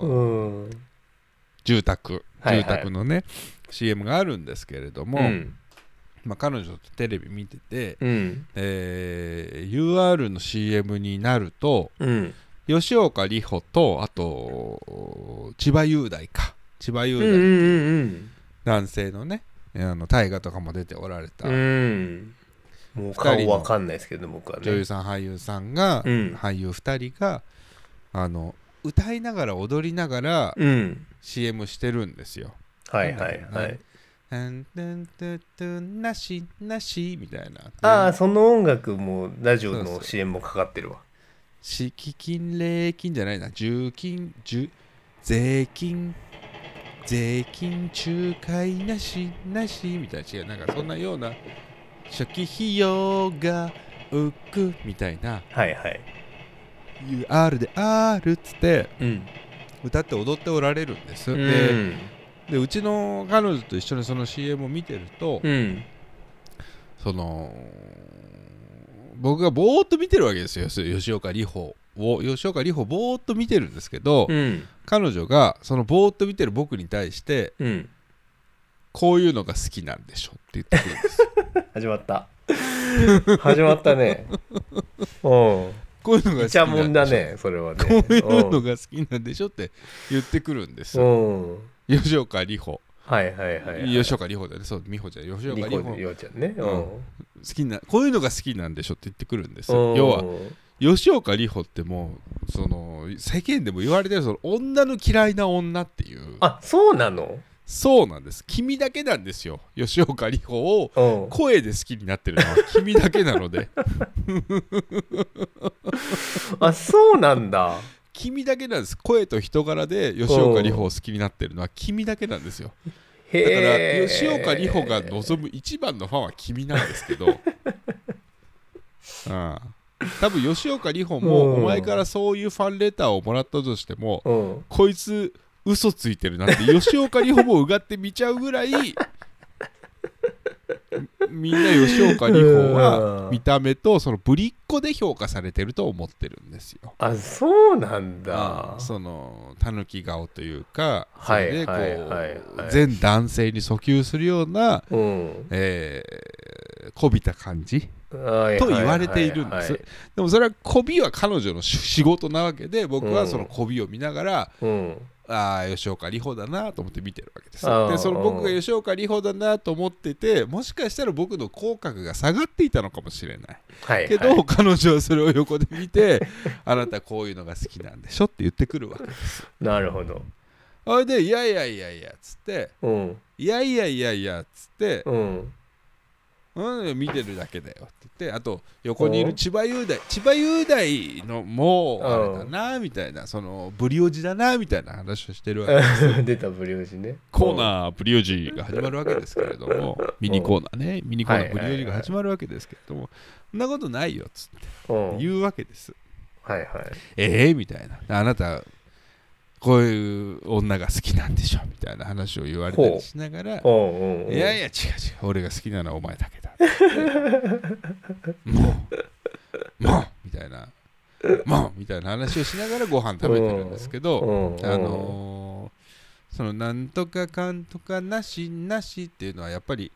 Speaker 2: うん
Speaker 1: 住宅
Speaker 2: はいはい
Speaker 1: 住宅のね、CM があるんですけれども、
Speaker 2: うん
Speaker 1: まあ、彼女とテレビ見てて、
Speaker 2: うん
Speaker 1: えー UR の CM になると
Speaker 2: うん
Speaker 1: 吉岡里帆とあと千葉雄大か千葉雄
Speaker 2: うん
Speaker 1: 大、
Speaker 2: うん
Speaker 1: 男性のねあの大河とかも出ておられた
Speaker 2: うんうんもう顔わかんないですけど僕はね
Speaker 1: 女優さん俳優さんが、
Speaker 2: うん
Speaker 1: 俳優2人があの歌いながら踊りながら
Speaker 2: うん
Speaker 1: CM してるんですよ。
Speaker 2: はいはい
Speaker 1: なんだろ
Speaker 2: は
Speaker 1: うう
Speaker 2: い
Speaker 1: んトゥントゥントゥンなしなしみたいな。
Speaker 2: ああその音楽もラジオ
Speaker 1: そうそ
Speaker 2: の
Speaker 1: う
Speaker 2: CM もかかってるわ
Speaker 1: 敷金礼金じゃないな重金重税金税金仲介なしなしみたいな違うなんかそんなような初期費用が浮くみたいな
Speaker 2: はいはい
Speaker 1: UR で R っつって
Speaker 2: うん
Speaker 1: 歌って踊っておられるんです、
Speaker 2: う
Speaker 1: で
Speaker 2: ん
Speaker 1: でうちの彼女と一緒にその CM を見てると、
Speaker 2: うん
Speaker 1: その僕がぼーっと見てるわけですよ吉岡里帆を吉岡里帆ぼーっと見てるんですけど、
Speaker 2: うん
Speaker 1: 彼女がそのぼーっと見てる僕に対して
Speaker 2: うん
Speaker 1: こういうのが好きなんでしょって言ってくるんですよ
Speaker 2: 始まった始まっ たねうん
Speaker 1: こういうの が好
Speaker 2: イ
Speaker 1: き
Speaker 2: チャモ
Speaker 1: な
Speaker 2: ン
Speaker 1: んで
Speaker 2: だ
Speaker 1: しょ
Speaker 2: ねそれはね
Speaker 1: こういうのが好きなんでしょって言ってくるんです
Speaker 2: う
Speaker 1: よ
Speaker 2: んうん
Speaker 1: 吉岡里帆
Speaker 2: はいはいはいはい
Speaker 1: 吉岡里帆だよねそう美穂ちゃん吉岡里
Speaker 2: リコ
Speaker 1: 帆好
Speaker 2: ようちゃんねう
Speaker 1: うん
Speaker 2: ん
Speaker 1: きなこういうのが好きなんでしょって言ってくるんです
Speaker 2: う
Speaker 1: よ
Speaker 2: ん
Speaker 1: 要は吉岡里帆ってもうその世間でも言われてるその女の嫌いな女っていう
Speaker 2: あそうなの
Speaker 1: そうなんです君だけなんですよ吉岡里帆を
Speaker 2: うん
Speaker 1: 声で好きになってるのは君だけなので
Speaker 2: あそうなんだ
Speaker 1: 君だけなんです声と人柄で吉岡里帆を好きになってるのは君だけなんですよだか
Speaker 2: へ
Speaker 1: ら
Speaker 2: え
Speaker 1: 吉岡里帆が望む一番のファンは君なんです けどうん多分吉岡里帆も
Speaker 2: う
Speaker 1: お
Speaker 2: ん
Speaker 1: 前からそういうファンレターをもらったとしても
Speaker 2: うん
Speaker 1: こいつ嘘ついてるなって吉岡里帆もうがって見ちゃうぐらい みんな吉岡里帆は見た目とそのぶりっ子で評価されてると思ってるんですよ
Speaker 2: あそうなんだ
Speaker 1: そのたぬき顔というかそ
Speaker 2: はい
Speaker 1: れでこ
Speaker 2: はいはいは
Speaker 1: う
Speaker 2: い
Speaker 1: 全男性に訴求するような
Speaker 2: うん
Speaker 1: えーこびた感じ
Speaker 2: はいはいはいはい
Speaker 1: と言われているんですでもそれはこびは彼女の仕仕事なわけで僕はそのこびを見ながら
Speaker 2: うん
Speaker 1: ああ吉岡里帆だなと思って見てるわけです
Speaker 2: あー
Speaker 1: でその僕が吉岡里帆だなと思っててもしかしたら僕の口角が下がっていたのかもしれない
Speaker 2: はい
Speaker 1: け
Speaker 2: はい
Speaker 1: ど彼女はそれを横で見 てあなたこういうのが好きなんでしょって言ってくるわけ
Speaker 2: なるほど
Speaker 1: それで「いやいやいやいや」っつって
Speaker 2: うん
Speaker 1: 「いやいやいやいや」っつって
Speaker 2: うん
Speaker 1: 「うん見てるだけだよ」って言ってあと横にいる千葉雄大千葉雄大のもうあれだなみたいなそのブリオジだなみたいな話をしてるわけです
Speaker 2: 出たブリオジね
Speaker 1: コーナーブリオジが始まるわけですけれどもミニコーナーねミニコーナーブリオジが始まるわけですけれどもそんなことないよっつって
Speaker 2: うんうん
Speaker 1: 言うわけです
Speaker 2: はいはい
Speaker 1: ええみたいなあなたこういう女が好きなんでしょみたいな話を言われたりしながら
Speaker 2: うんうんうん
Speaker 1: いやいや違う違う俺が好きなのはお前だけ だもうもうみたいなもうみたいな話をしながらご飯食べてるんですけど、
Speaker 2: うんうん
Speaker 1: あのーそのなんとかかんとかなしなしっていうのはやっぱり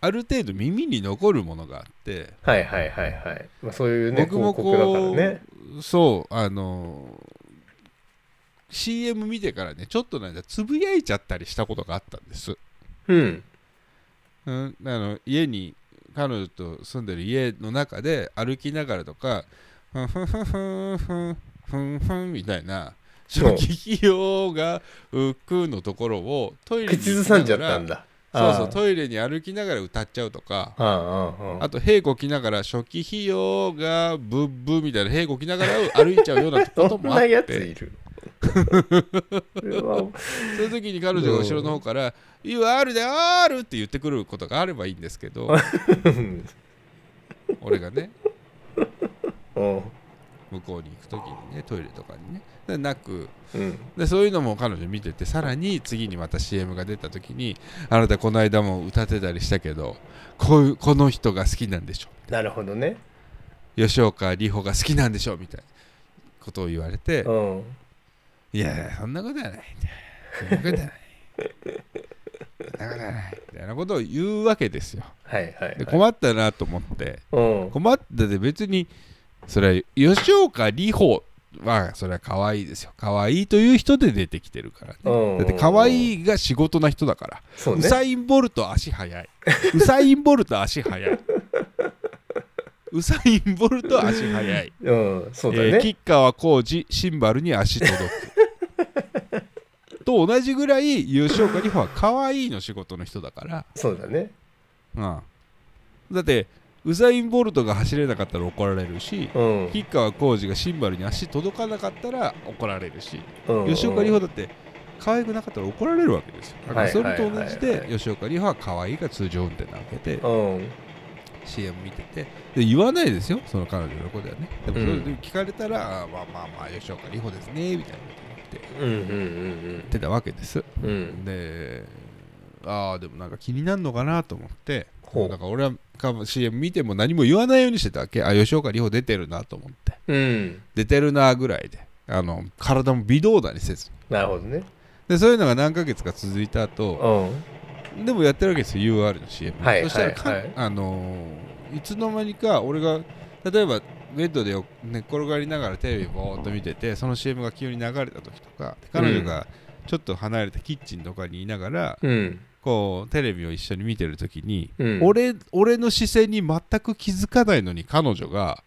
Speaker 1: ある程度耳に残るものがあって
Speaker 2: はいはいはいはい、まあ、そういうね
Speaker 1: 僕も
Speaker 2: 広
Speaker 1: こ
Speaker 2: 告
Speaker 1: う
Speaker 2: だからね
Speaker 1: そうあのー CM 見てからねちょっとの間つぶやいちゃったりしたことがあったんです
Speaker 2: うん
Speaker 1: うん、あの家に彼女と住んでる家の中で歩きながらとかふんふんふんふんふんふんふんみたいな初期費用が浮くのところをトイレに
Speaker 2: 口ず
Speaker 1: 行き
Speaker 2: さ
Speaker 1: なん
Speaker 2: じゃ
Speaker 1: が
Speaker 2: った
Speaker 1: ら
Speaker 2: んだ
Speaker 1: そうそう
Speaker 2: う
Speaker 1: トイレに歩きながら歌っちゃうとか
Speaker 2: あああああ
Speaker 1: あと屁こきながら初期費用がブッブみたいな屁こきながら歩いちゃうようなこと
Speaker 2: そん
Speaker 1: もあっ
Speaker 2: なやつ
Speaker 1: て
Speaker 2: いる それは
Speaker 1: その時に彼女が後ろの方から「UR で R」って言ってくることがあればいいんですけ ど
Speaker 2: うん
Speaker 1: 俺がね
Speaker 2: うん
Speaker 1: 向こうに行く時にねトイレとかにねでなく
Speaker 2: うん
Speaker 1: でそういうのも彼女見ててさらに次にまた CM が出た時にあなたこの間も歌ってたりしたけどこういうこの人が好きなんでしょ
Speaker 2: なるほどね
Speaker 1: 吉岡里帆が好きなんでしょみたいなことを言われて
Speaker 2: うん
Speaker 1: いやいやそんなことはないそんなことはないだからねみたいなことを言うわけですよ
Speaker 2: はいはい、はい。
Speaker 1: で困ったなと思って
Speaker 2: うん。
Speaker 1: 困ったで別にそれは吉岡里帆はそれは可愛いですよ可愛いという人で出てきてるからね
Speaker 2: うん
Speaker 1: だって可愛いが仕事な人だから
Speaker 2: そう
Speaker 1: ウ
Speaker 2: ね。
Speaker 1: サイン・ボルト足速いウサイン・ボルト足速 いウサイン・ボルト足速い、
Speaker 2: うん、そうだ
Speaker 1: えー
Speaker 2: ね。
Speaker 1: 吉川浩司シンバルに足届 くと同じぐらい吉岡里帆は可愛いの仕事の人だから、
Speaker 2: そうだね。
Speaker 1: うん、だってウサイン・ボルトが走れなかったら怒られるし
Speaker 2: うん。
Speaker 1: 吉川浩司がシンバルに足届かなかったら怒られるし
Speaker 2: うん
Speaker 1: 吉岡里帆だって可愛くなかったら怒られるわけですよだからそれと同じ
Speaker 2: はいはいはい
Speaker 1: で
Speaker 2: はい
Speaker 1: 吉岡里帆は可愛いが通常運転なわけで
Speaker 2: うん。
Speaker 1: CM 見ててで言わないですよその彼女のことはねでもそれ
Speaker 2: うん
Speaker 1: で聞かれたら、あーまあまあまあ吉岡里帆ですねみたいなこと言って
Speaker 2: うんうん
Speaker 1: 言ってたわけです
Speaker 2: うんうん。うん。
Speaker 1: でああでもなんか気になるのかなと思って
Speaker 2: ほ
Speaker 1: だ
Speaker 2: う
Speaker 1: から俺はか CM 見ても何も言わないようにしてたわけあ吉岡里帆出てるなと思って
Speaker 2: うん。
Speaker 1: 出てるなぐらいであの体も微動だにせず
Speaker 2: なるほどね。
Speaker 1: でそういうのが何ヶ月か続いた後
Speaker 2: うん。
Speaker 1: でもやってるわけですよ UR の CM、
Speaker 2: はい
Speaker 1: そしたらか、
Speaker 2: はいはい
Speaker 1: あのーいつの間にか俺が例えばベッドでよ寝っ転がりながらテレビぼーっと見ててその CM が急に流れた時とか彼女がちょっと離れたキッチンとかにいながら、
Speaker 2: うん。
Speaker 1: こうテレビを一緒に見てる時に、
Speaker 2: うん。
Speaker 1: 俺俺の視線に全く気づかないのに彼女が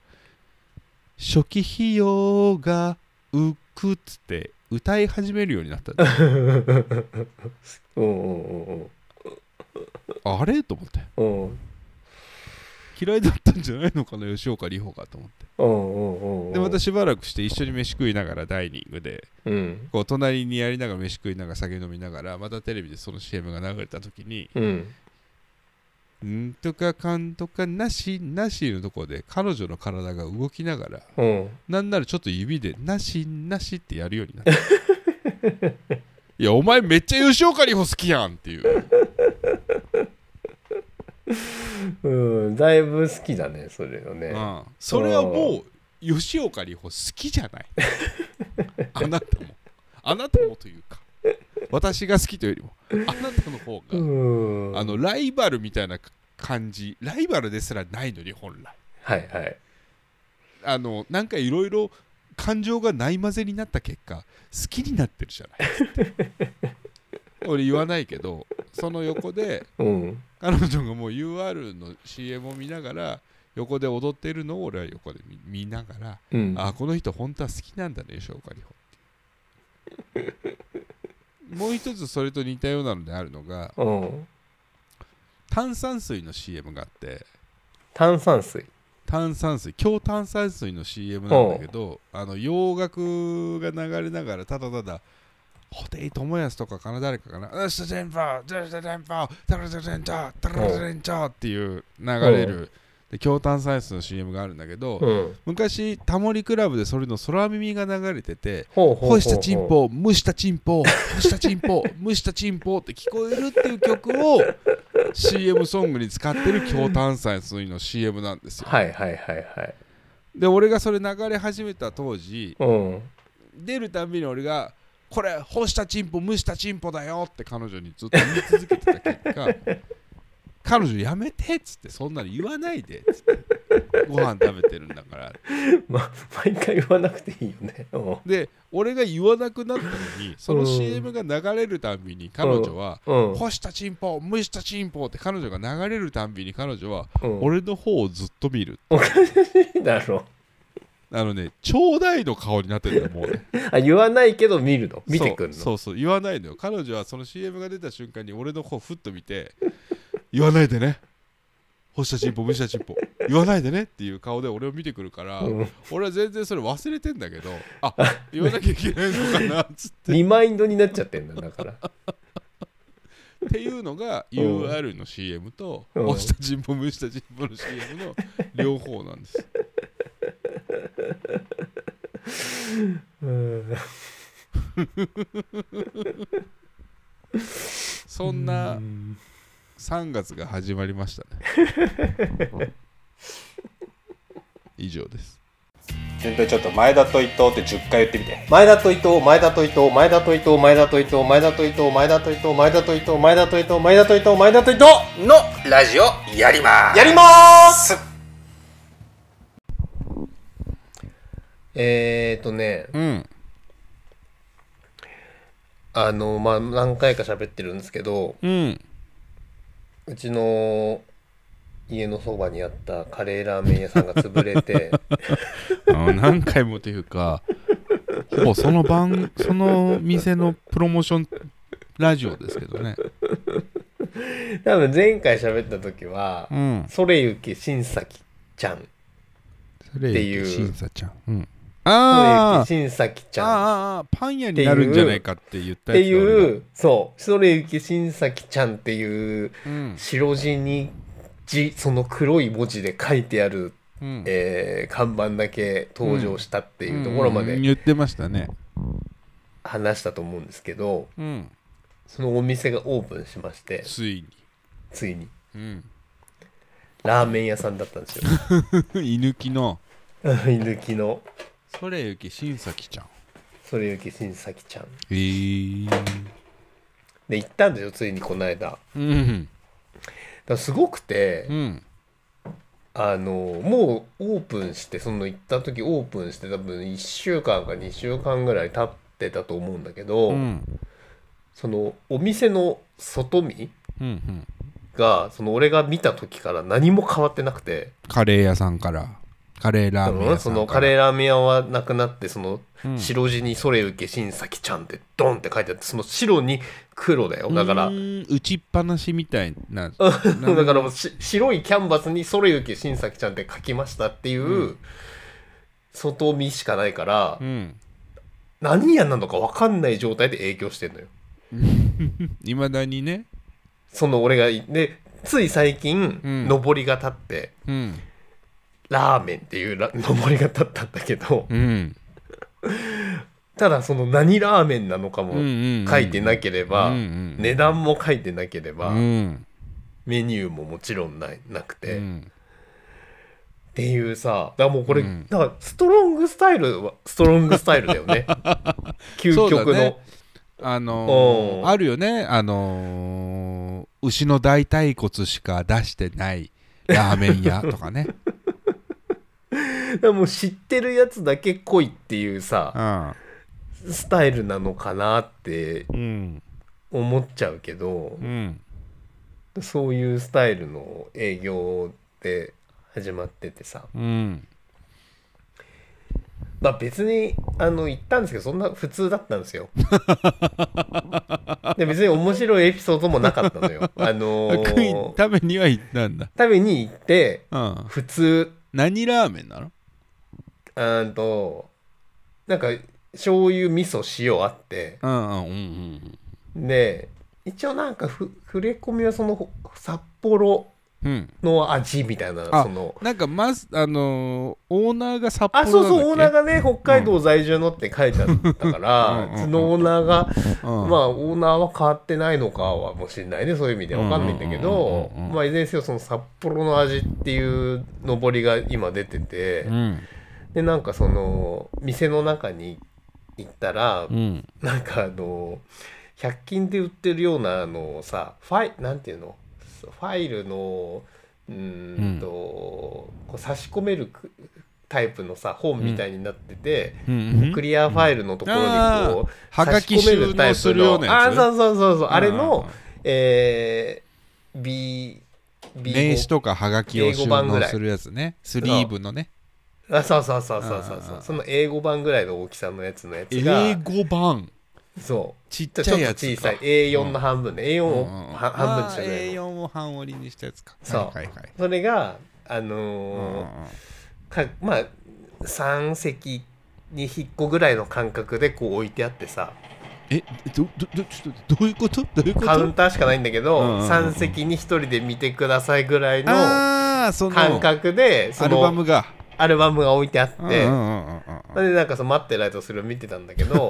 Speaker 1: 「初期費用が浮く」っつって歌い始めるようになったん だよ
Speaker 2: うんうん
Speaker 1: あれと思って。
Speaker 2: うんうん。うん。
Speaker 1: 嫌いだったんじゃないのかな吉岡里帆がと思って
Speaker 2: うんうんうんうん。
Speaker 1: でまたしばらくして一緒に飯食いながらダイニングで
Speaker 2: うん。
Speaker 1: こう隣にやりながら飯食いながら酒飲みながらまたテレビでその CM が流れた時に
Speaker 2: うん。
Speaker 1: 「んとかかんとかなしなし」のところで彼女の体が動きながら
Speaker 2: うん。
Speaker 1: なんならちょっと指で「なしなし」ってやるようになった いやお前めっちゃ吉岡里帆好きやんっていう
Speaker 2: うん。だいぶ好きだね、それよね。
Speaker 1: うんそれはもう吉岡里帆好きじゃないあなたもあなたもというか私が好きというよりもあなたの方
Speaker 2: う
Speaker 1: が、
Speaker 2: ん。
Speaker 1: あのライバルみたいな感じライバルですらないのに本来
Speaker 2: はいはい。
Speaker 1: あのなんかいろいろ感情がない混ぜになった結果好きになってるじゃないつ って俺言わないけどその横で
Speaker 2: うん。
Speaker 1: 彼女がもう UR の CM を見ながら横で踊ってるのを俺は横で見見ながら
Speaker 2: うん。
Speaker 1: あこの人本当は好きなんだね吉岡里帆 っていうもう一つそれと似たようなのであるのが
Speaker 2: うん。
Speaker 1: 炭酸水の CM があって
Speaker 2: 炭酸水。
Speaker 1: 炭酸水強炭酸水の CM なんだけどあの洋楽が流れながらただただ布袋友康とかかな誰かかな「ダステンパーダステンパーダステンパーダステンパー」っていう流れるで強炭酸水の CM があるんだけど
Speaker 2: うん。
Speaker 1: 昔タモリクラブでそれの空耳が流れてて
Speaker 2: ほうほうほうほう。
Speaker 1: 干したチンポ蒸したチンポ干したチンポ 蒸したチンポって聞こえるっていう曲を CM ソングに使ってる強炭酸水の CM なんですよ
Speaker 2: はいはいはいはい。
Speaker 1: で俺がそれ流れ始めた当時
Speaker 2: うん。
Speaker 1: 出るたびに俺が「これ干したチンポ蒸したチンポだよ」って彼女にずっと言い続けてた結 果彼女やめてっつってそんなの言わないでっつってご飯食べてるんだから
Speaker 2: ま、毎回言わなくていいよね。う
Speaker 1: で俺が言わなくなったのにその CM が流れるたんびに彼女は
Speaker 2: ん。うん。
Speaker 1: 干したチンポ蒸したチンポって彼女が流れるたんびに彼女は
Speaker 2: うん、
Speaker 1: 俺の方をずっと見る
Speaker 2: おかしいだろ
Speaker 1: あのねちょうだいの顔になってるんだよもうね
Speaker 2: う。あ、言わないけど見るの。見てくんの。
Speaker 1: そうそうそう言わないのよ彼女はその CM が出た瞬間に俺の方をふっと見て 言わないでね干したチンポ蒸したチンポ言わないでねっていう顔で俺を見てくるから、
Speaker 2: うん
Speaker 1: 俺は全然それ忘れてんだけどあ言わなきゃいけないのかなっつって
Speaker 2: リマインドになっちゃってんだ、だから。
Speaker 1: っていうのが
Speaker 2: うん
Speaker 1: UR の CM と
Speaker 2: うん
Speaker 1: 押した人望無した人望の CM の両方なんです。
Speaker 2: うん。
Speaker 1: そんな3月が始まりましたね。以上です。
Speaker 3: 全体ちょっと前田と伊藤って10回言ってみて
Speaker 2: 前田と伊藤、前田と伊藤、前田と伊藤、前田と伊藤、前田と伊藤、前田と伊藤、前田と伊藤、前田と伊藤、前田と伊藤、前田と伊藤、
Speaker 3: のラジオやりま
Speaker 2: やりまーす
Speaker 3: す
Speaker 2: えーとね、
Speaker 1: うん
Speaker 2: あの、まあ、何回か喋ってるんですけど、
Speaker 1: うん
Speaker 2: うちの家のそばにあったカレーラーメン屋さんが潰れ て、
Speaker 1: あ何回もというかほぼその番その店のプロモーションラジオですけどね
Speaker 2: 多分前回喋った時は、
Speaker 1: うん
Speaker 2: それゆきしんさきちゃん。
Speaker 1: それ
Speaker 2: っていう
Speaker 1: 審査ちゃん、うん、
Speaker 2: それゆ
Speaker 1: あ
Speaker 2: きしんさきち
Speaker 1: ああ
Speaker 2: ゃん。っ
Speaker 1: あああパン屋になるんじゃないかって言ったや
Speaker 2: て
Speaker 1: つだ俺
Speaker 2: い
Speaker 1: が
Speaker 2: う、そう、それゆきしんさきちゃんっていう
Speaker 1: うん
Speaker 2: 白地に字、その黒い文字で書いてある、
Speaker 1: うん
Speaker 2: えー看板だけ登場したっていうところま
Speaker 1: うん
Speaker 2: で
Speaker 1: 言ってましたね
Speaker 2: 話したと思うんですけど、
Speaker 1: うん
Speaker 2: そのお店がオープンしまして、
Speaker 1: つい
Speaker 2: ついに。
Speaker 1: に、うん、
Speaker 2: ラーメン居屋さんだったん ですよ。
Speaker 1: 居抜きの
Speaker 2: 居抜きの、
Speaker 1: それゆき審査きちゃん
Speaker 2: それゆきしんさきちゃん。
Speaker 1: えー、
Speaker 2: で、行ったんですよ、ついにこの間。だか
Speaker 1: うん
Speaker 2: らすごくて、
Speaker 1: うん
Speaker 2: あの、もうオープンして、その行った時オープンして多分1週間か2週間ぐらい経ってたと思うんだけど、
Speaker 1: うん
Speaker 2: そのお店の外見
Speaker 1: うんうん
Speaker 2: が、その俺が見た時から何も変わってなくて、
Speaker 1: カレー屋さんからカレーラーメン
Speaker 2: う
Speaker 1: 屋
Speaker 2: ん
Speaker 1: さ
Speaker 2: そ
Speaker 1: んから
Speaker 2: のカレーラーメン屋はなくなって、その
Speaker 1: うん
Speaker 2: 白地にそれゆけしんさきちゃんってドンって書いてあって、その白に黒だよ。だから、
Speaker 1: うーん打ちっぱなしみたいな
Speaker 2: そうだからもうし白いキャンバスに「それゆき新作ちゃん」って書きましたっていう外見しかないから、
Speaker 1: うん
Speaker 2: 何やなのか分かんない状態で影響してんのよ。
Speaker 1: いまだにね
Speaker 2: その俺がでつい最近、
Speaker 1: うん
Speaker 2: のぼりが立って
Speaker 1: うん
Speaker 2: 「ラーメン」っていうら のぼりが立ったんだけど、
Speaker 1: うん
Speaker 2: ただその何ラーメンなのか
Speaker 1: うん
Speaker 2: も
Speaker 1: うん
Speaker 2: 書いて
Speaker 1: い
Speaker 2: なければ、
Speaker 1: うんうん
Speaker 2: 値段も書いてなければ、
Speaker 1: うん
Speaker 2: メニューももちろんないなくて、
Speaker 1: う
Speaker 2: っ
Speaker 1: ん
Speaker 2: ていうさだからもうこれ、
Speaker 1: うん
Speaker 2: だからストロングスタイルはストロングスタイルだよ ね究
Speaker 1: そうだ
Speaker 2: 極の。
Speaker 1: ねあのー
Speaker 2: うん
Speaker 1: あるよねあのー牛の大腿骨しか出してないラーメン 屋とかね
Speaker 2: だからもう知ってるやつだけ来いっていうさスタイルなのかなって
Speaker 1: うん
Speaker 2: 思っちゃうけど
Speaker 1: う、ん
Speaker 2: そういうスタイルの営業で始まっててさ
Speaker 1: うん
Speaker 2: まあ別にあの行ったんですけどそんな普通だったんです よで別に面白いエピソードもなかった のよあのー
Speaker 1: 食いためには行ったんだ、
Speaker 2: 食べに行って
Speaker 1: うん、
Speaker 2: 普通
Speaker 1: 何ラーメンなの
Speaker 2: うーんとなんか醤油味噌塩あって
Speaker 1: うんうんうん
Speaker 2: で一応なんかふ触れ込みはそのほ札幌
Speaker 1: うんうん
Speaker 2: の味みたいな
Speaker 1: あ
Speaker 2: その
Speaker 1: なんかまずあのーオーナーが札幌
Speaker 2: あ
Speaker 1: なんだ
Speaker 2: そ
Speaker 1: っ
Speaker 2: う
Speaker 1: け
Speaker 2: そうオーナーがね北海道在住のって書いてあったから、
Speaker 1: うん
Speaker 2: うちのオーナーが、
Speaker 1: うん
Speaker 2: まあオーナーは変わってないのかはもしんないねそういう意味でわかんないんだけど、
Speaker 1: うんうんうんうんうん
Speaker 2: まあいずれにせよその札幌の味っていうのぼりが今出てて、
Speaker 1: うん
Speaker 2: でなんかその店の中に行ったら、
Speaker 1: うん
Speaker 2: なんかあの100均で売ってるようなあのさファイなんていうのファイルのうーんと、こう差し込めるくタイプのさ本みたいになってて、
Speaker 1: うんうん
Speaker 2: クリアファイルのところにこう、
Speaker 1: はがき収納するようなやつ
Speaker 2: あそうそうそうそうあれ
Speaker 1: うんうん
Speaker 2: の、えー、B, B
Speaker 1: 名刺とかはがきを収
Speaker 2: 英語版ぐ
Speaker 1: 納
Speaker 2: らい
Speaker 1: するやつねスリーブのね
Speaker 2: あそうそうそうそうそう
Speaker 1: うんうん
Speaker 2: そううんその英語版ぐらいの大きさのやつのやつが
Speaker 1: 英語版
Speaker 2: そう
Speaker 1: ちっ
Speaker 2: ちょっ
Speaker 1: ち
Speaker 2: と
Speaker 1: ゃいやつ
Speaker 2: 小さい
Speaker 1: か
Speaker 2: A4 の半分で、A4
Speaker 1: うん
Speaker 2: を
Speaker 1: うんうん
Speaker 2: は半分じゃないの
Speaker 1: あー A4 を半折りにしたやつか
Speaker 2: そう
Speaker 1: はいはいはい
Speaker 2: それがあ
Speaker 1: うんうん
Speaker 2: の
Speaker 1: う
Speaker 2: ー
Speaker 1: ん
Speaker 2: かまあ3席に1個ぐらいの間隔でこう置いてあってさ
Speaker 1: えどどどちょっとどういうことどういうこと
Speaker 2: カウンターしかないんだけど、
Speaker 1: うんうんうんうん
Speaker 2: 3席に1人で見てくださいぐらいの
Speaker 1: ああその
Speaker 2: 間隔でそ
Speaker 1: アル
Speaker 2: の
Speaker 1: バムが
Speaker 2: アルバムが置いてあって、
Speaker 1: うんうんうんうんうん
Speaker 2: でなんかその待ってる間それを見てたんだけ どあ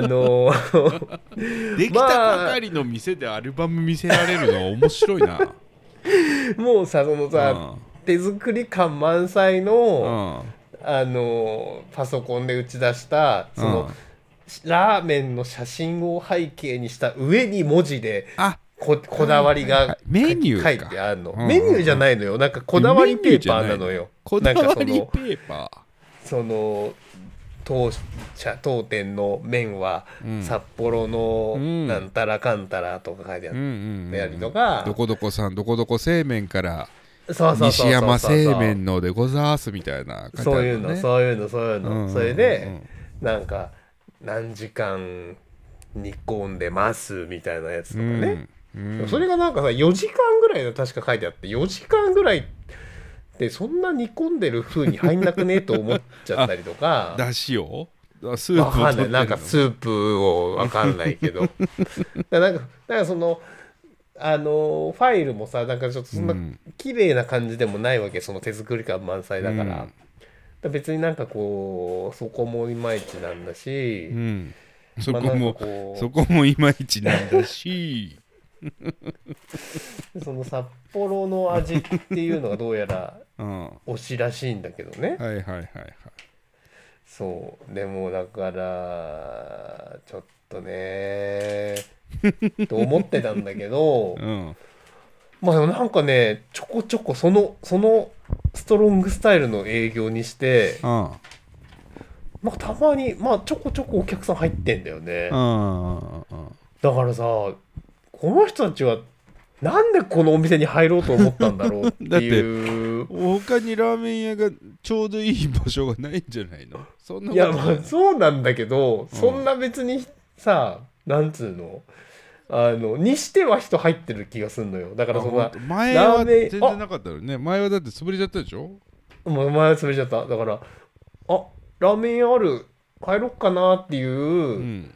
Speaker 2: のー
Speaker 1: できたばかりの店でアルバム見せられるのは面白い な
Speaker 2: もうさそのさ、手作り感満載の、
Speaker 1: うん
Speaker 2: あのパソコンで打ち出したその、
Speaker 1: うん
Speaker 2: ラーメンの写真を背景にした上に文字で
Speaker 1: あ
Speaker 2: ここだわり
Speaker 1: はいは
Speaker 2: が
Speaker 1: いメニューか
Speaker 2: 書いてあるの、
Speaker 1: うんうんうん
Speaker 2: メニューじゃないのよなんかこだわりペーパーなのよ
Speaker 1: こだわ
Speaker 2: なんか
Speaker 1: り
Speaker 2: そ
Speaker 1: ペ
Speaker 2: の
Speaker 1: ーパ
Speaker 2: その当社当店の麺は
Speaker 1: ー、うん、
Speaker 2: 札幌の
Speaker 1: うん
Speaker 2: なんたらかんたらとか書いてあ
Speaker 1: うん
Speaker 2: る、
Speaker 1: うんうん
Speaker 2: やりとか
Speaker 1: どこどこさんどこどこ製麺から
Speaker 2: そうそうそうそうそう
Speaker 1: 西山製麺のでござーすみたいな書てあ
Speaker 2: そうい
Speaker 1: る
Speaker 2: うの
Speaker 1: ね
Speaker 2: そういうのそういうの、
Speaker 1: うんうんうん
Speaker 2: それでなんか何時間煮込んでますみたいなやつ
Speaker 1: う
Speaker 2: とか
Speaker 1: ん
Speaker 2: ね、
Speaker 1: うん
Speaker 2: それがなんかさ4時間ぐらいの確か書いてあって4時間ぐらいってそんな煮込んでる風に入んなくねえと思っちゃったりと か
Speaker 1: だしをあスー
Speaker 2: わ
Speaker 1: プを
Speaker 2: か
Speaker 1: 取っ
Speaker 2: ん
Speaker 1: てる
Speaker 2: ない
Speaker 1: の
Speaker 2: なんかスープをわかんないけ どだからなんかだからそのあのファイルもさなんかちょっとそんな
Speaker 1: うん
Speaker 2: 綺麗な感じでもないわけその手作り感満載だから,、
Speaker 1: うん
Speaker 2: だから別になんかこうそこもいまいちなんだし、
Speaker 1: うんそ
Speaker 2: まあ
Speaker 1: こ
Speaker 2: なん
Speaker 1: も
Speaker 2: かこう
Speaker 1: そこもいまいちなんだし
Speaker 2: その札幌の味っていうのがどうやら
Speaker 1: うんは
Speaker 2: 推しらしいんだけどね
Speaker 1: いはいはいはい
Speaker 2: そうでもだからちょっとね と思ってたんだけど
Speaker 1: うん
Speaker 2: まあでもなんかねちょこちょこそのそのストロングスタイルの営業にして
Speaker 1: うん
Speaker 2: なんかたまにまあちょこちょこお客さん入ってんだよね
Speaker 1: うんうんうん
Speaker 2: だからさこの人たちはなんでこのお店に入ろうと思ったんだろうって いう
Speaker 1: 他にラーメン屋がちょうどいい場所がないんじゃないのそんなこ
Speaker 2: い
Speaker 1: と
Speaker 2: や
Speaker 1: ない
Speaker 2: まあそうなんだけど、
Speaker 1: うん
Speaker 2: そんな別にさなんつうのあのにしては人入ってる気がすんのよだからそん
Speaker 1: あ
Speaker 2: な
Speaker 1: ほんと前は
Speaker 2: ラーメン
Speaker 1: 全然なかったよね前はだって潰れちゃったでしょ
Speaker 2: もう前潰れちゃっただからあラーメン屋ある帰ろっかなっていう、
Speaker 1: うん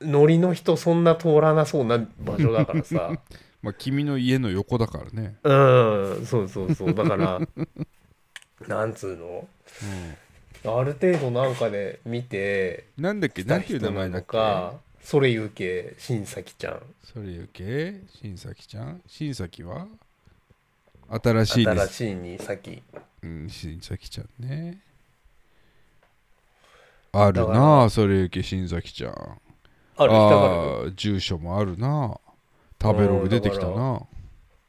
Speaker 2: ノリの人そんな通らなそうな場所だからさ
Speaker 1: まあ君の家の横だからね
Speaker 2: うんそうそうそうだから なんつうのある程度なんかで見て
Speaker 1: うんなんだっけ
Speaker 2: 来
Speaker 1: な
Speaker 2: た
Speaker 1: んていう
Speaker 2: 人
Speaker 1: 名
Speaker 2: な
Speaker 1: 前だ
Speaker 2: の
Speaker 1: っけ
Speaker 2: かそれゆけ新崎ちゃん
Speaker 1: それゆけ新崎ちゃん新崎は新しいで
Speaker 2: 新
Speaker 1: す、
Speaker 2: しいに先
Speaker 1: うん、新崎ちゃんねある
Speaker 2: だか
Speaker 1: なあそれゆけ新崎ちゃん
Speaker 2: ある北から
Speaker 1: ああ住所もあるなあ食べログ出てきた
Speaker 2: うんだ
Speaker 1: な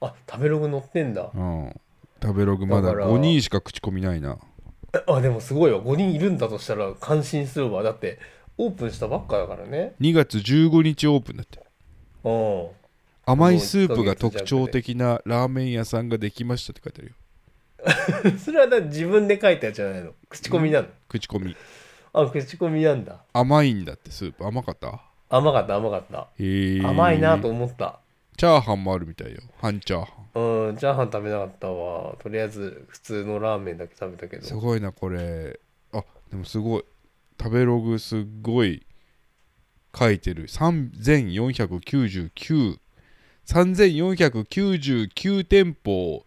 Speaker 2: あ食べログ載ってんだ
Speaker 1: うん食べログまだ
Speaker 2: だから
Speaker 1: 5人しか口コミないな
Speaker 2: えあでもすごいわ5人いるんだとしたら感心するわだってオープンしたばっかだからね
Speaker 1: 2月15日オープンだって
Speaker 2: うん
Speaker 1: 甘いスープが特徴的なラーメン屋さんができましたって書いてあるよ
Speaker 2: それはだって自分で書いたやつじゃないの口コミなの、
Speaker 1: 口コミ
Speaker 2: あ口コミなんだ
Speaker 1: 甘いんだってスープ甘かった
Speaker 2: 甘かった甘かった
Speaker 1: へえ
Speaker 2: 甘いなと思った。
Speaker 1: チャーハンもあるみたいよ半チャーハン
Speaker 2: うん、チャーハン食べなかったわ。とりあえず普通のラーメンだけ食べたけ
Speaker 1: す
Speaker 2: ど。
Speaker 1: ごいなこれあでもすごい食べログすっごい書いてる3499 3499店舗を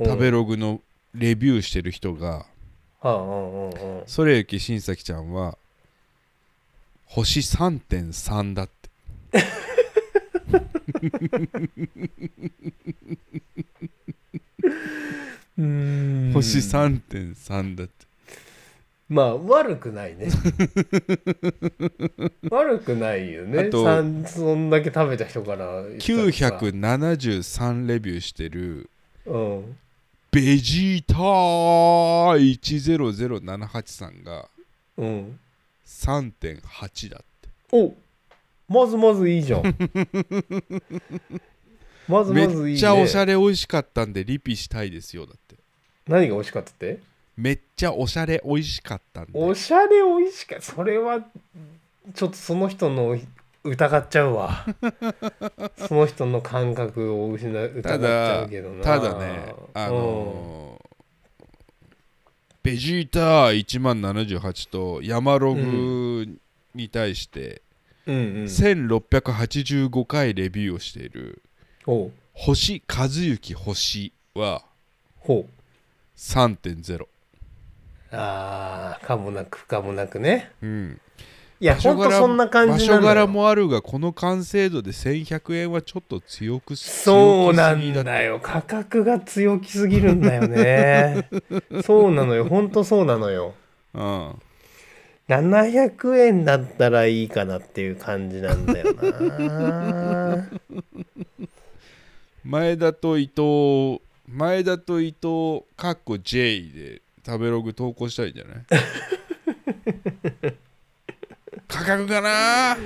Speaker 1: 食べ
Speaker 2: る。
Speaker 1: ログのレビューしてる人が、
Speaker 2: はあ、うんうんうん。
Speaker 1: それゆき新崎ちゃんは星3.3だって
Speaker 2: うん
Speaker 1: 星。3.3だって
Speaker 2: まあ、悪くない ね。悪くないよね。
Speaker 1: あと
Speaker 2: さんそんだけ食べた人から言ったらさ。
Speaker 1: 973レビューしてる
Speaker 2: うん。
Speaker 1: ベジーター1007さんが
Speaker 2: うん。
Speaker 1: 3.8だって
Speaker 2: おまずまずい いじゃん。まずまずいい、ね。
Speaker 1: めっちゃおしゃれ美味しかったんでリピしたいですよだって
Speaker 2: 何が美味しかったって
Speaker 1: めっちゃおしゃれ美味しかったんで
Speaker 2: おしゃれ美味しかそれはちょっとその人の疑っちゃ うわその人の感覚を失う疑
Speaker 1: た
Speaker 2: っちゃ
Speaker 1: だ
Speaker 2: うけどな
Speaker 1: ただねあのーベジーター1万78と山ログに対して
Speaker 2: うんうんうん
Speaker 1: 1685回レビューをしている
Speaker 2: ほう
Speaker 1: 星和幸星は
Speaker 2: ほ
Speaker 1: 3.0
Speaker 2: うあーかもなくかもなくね
Speaker 1: うん、
Speaker 2: いや、ほんとそんな感じ
Speaker 1: 場
Speaker 2: な
Speaker 1: 所
Speaker 2: の
Speaker 1: 柄
Speaker 2: よ。
Speaker 1: もあるがこの完成度で1100円はちょっと強くす
Speaker 2: そうなん
Speaker 1: 強くすぎ
Speaker 2: だよ。価格が強きすぎるんだよ ね。そうなのよ。ほんとそうなのよ。
Speaker 1: うん
Speaker 2: 700円だったらいいかなっていう感じなんだよな。
Speaker 1: 前田と伊藤前田と伊藤かっこ J で食べログ投稿したいんじゃない 価格かな
Speaker 2: う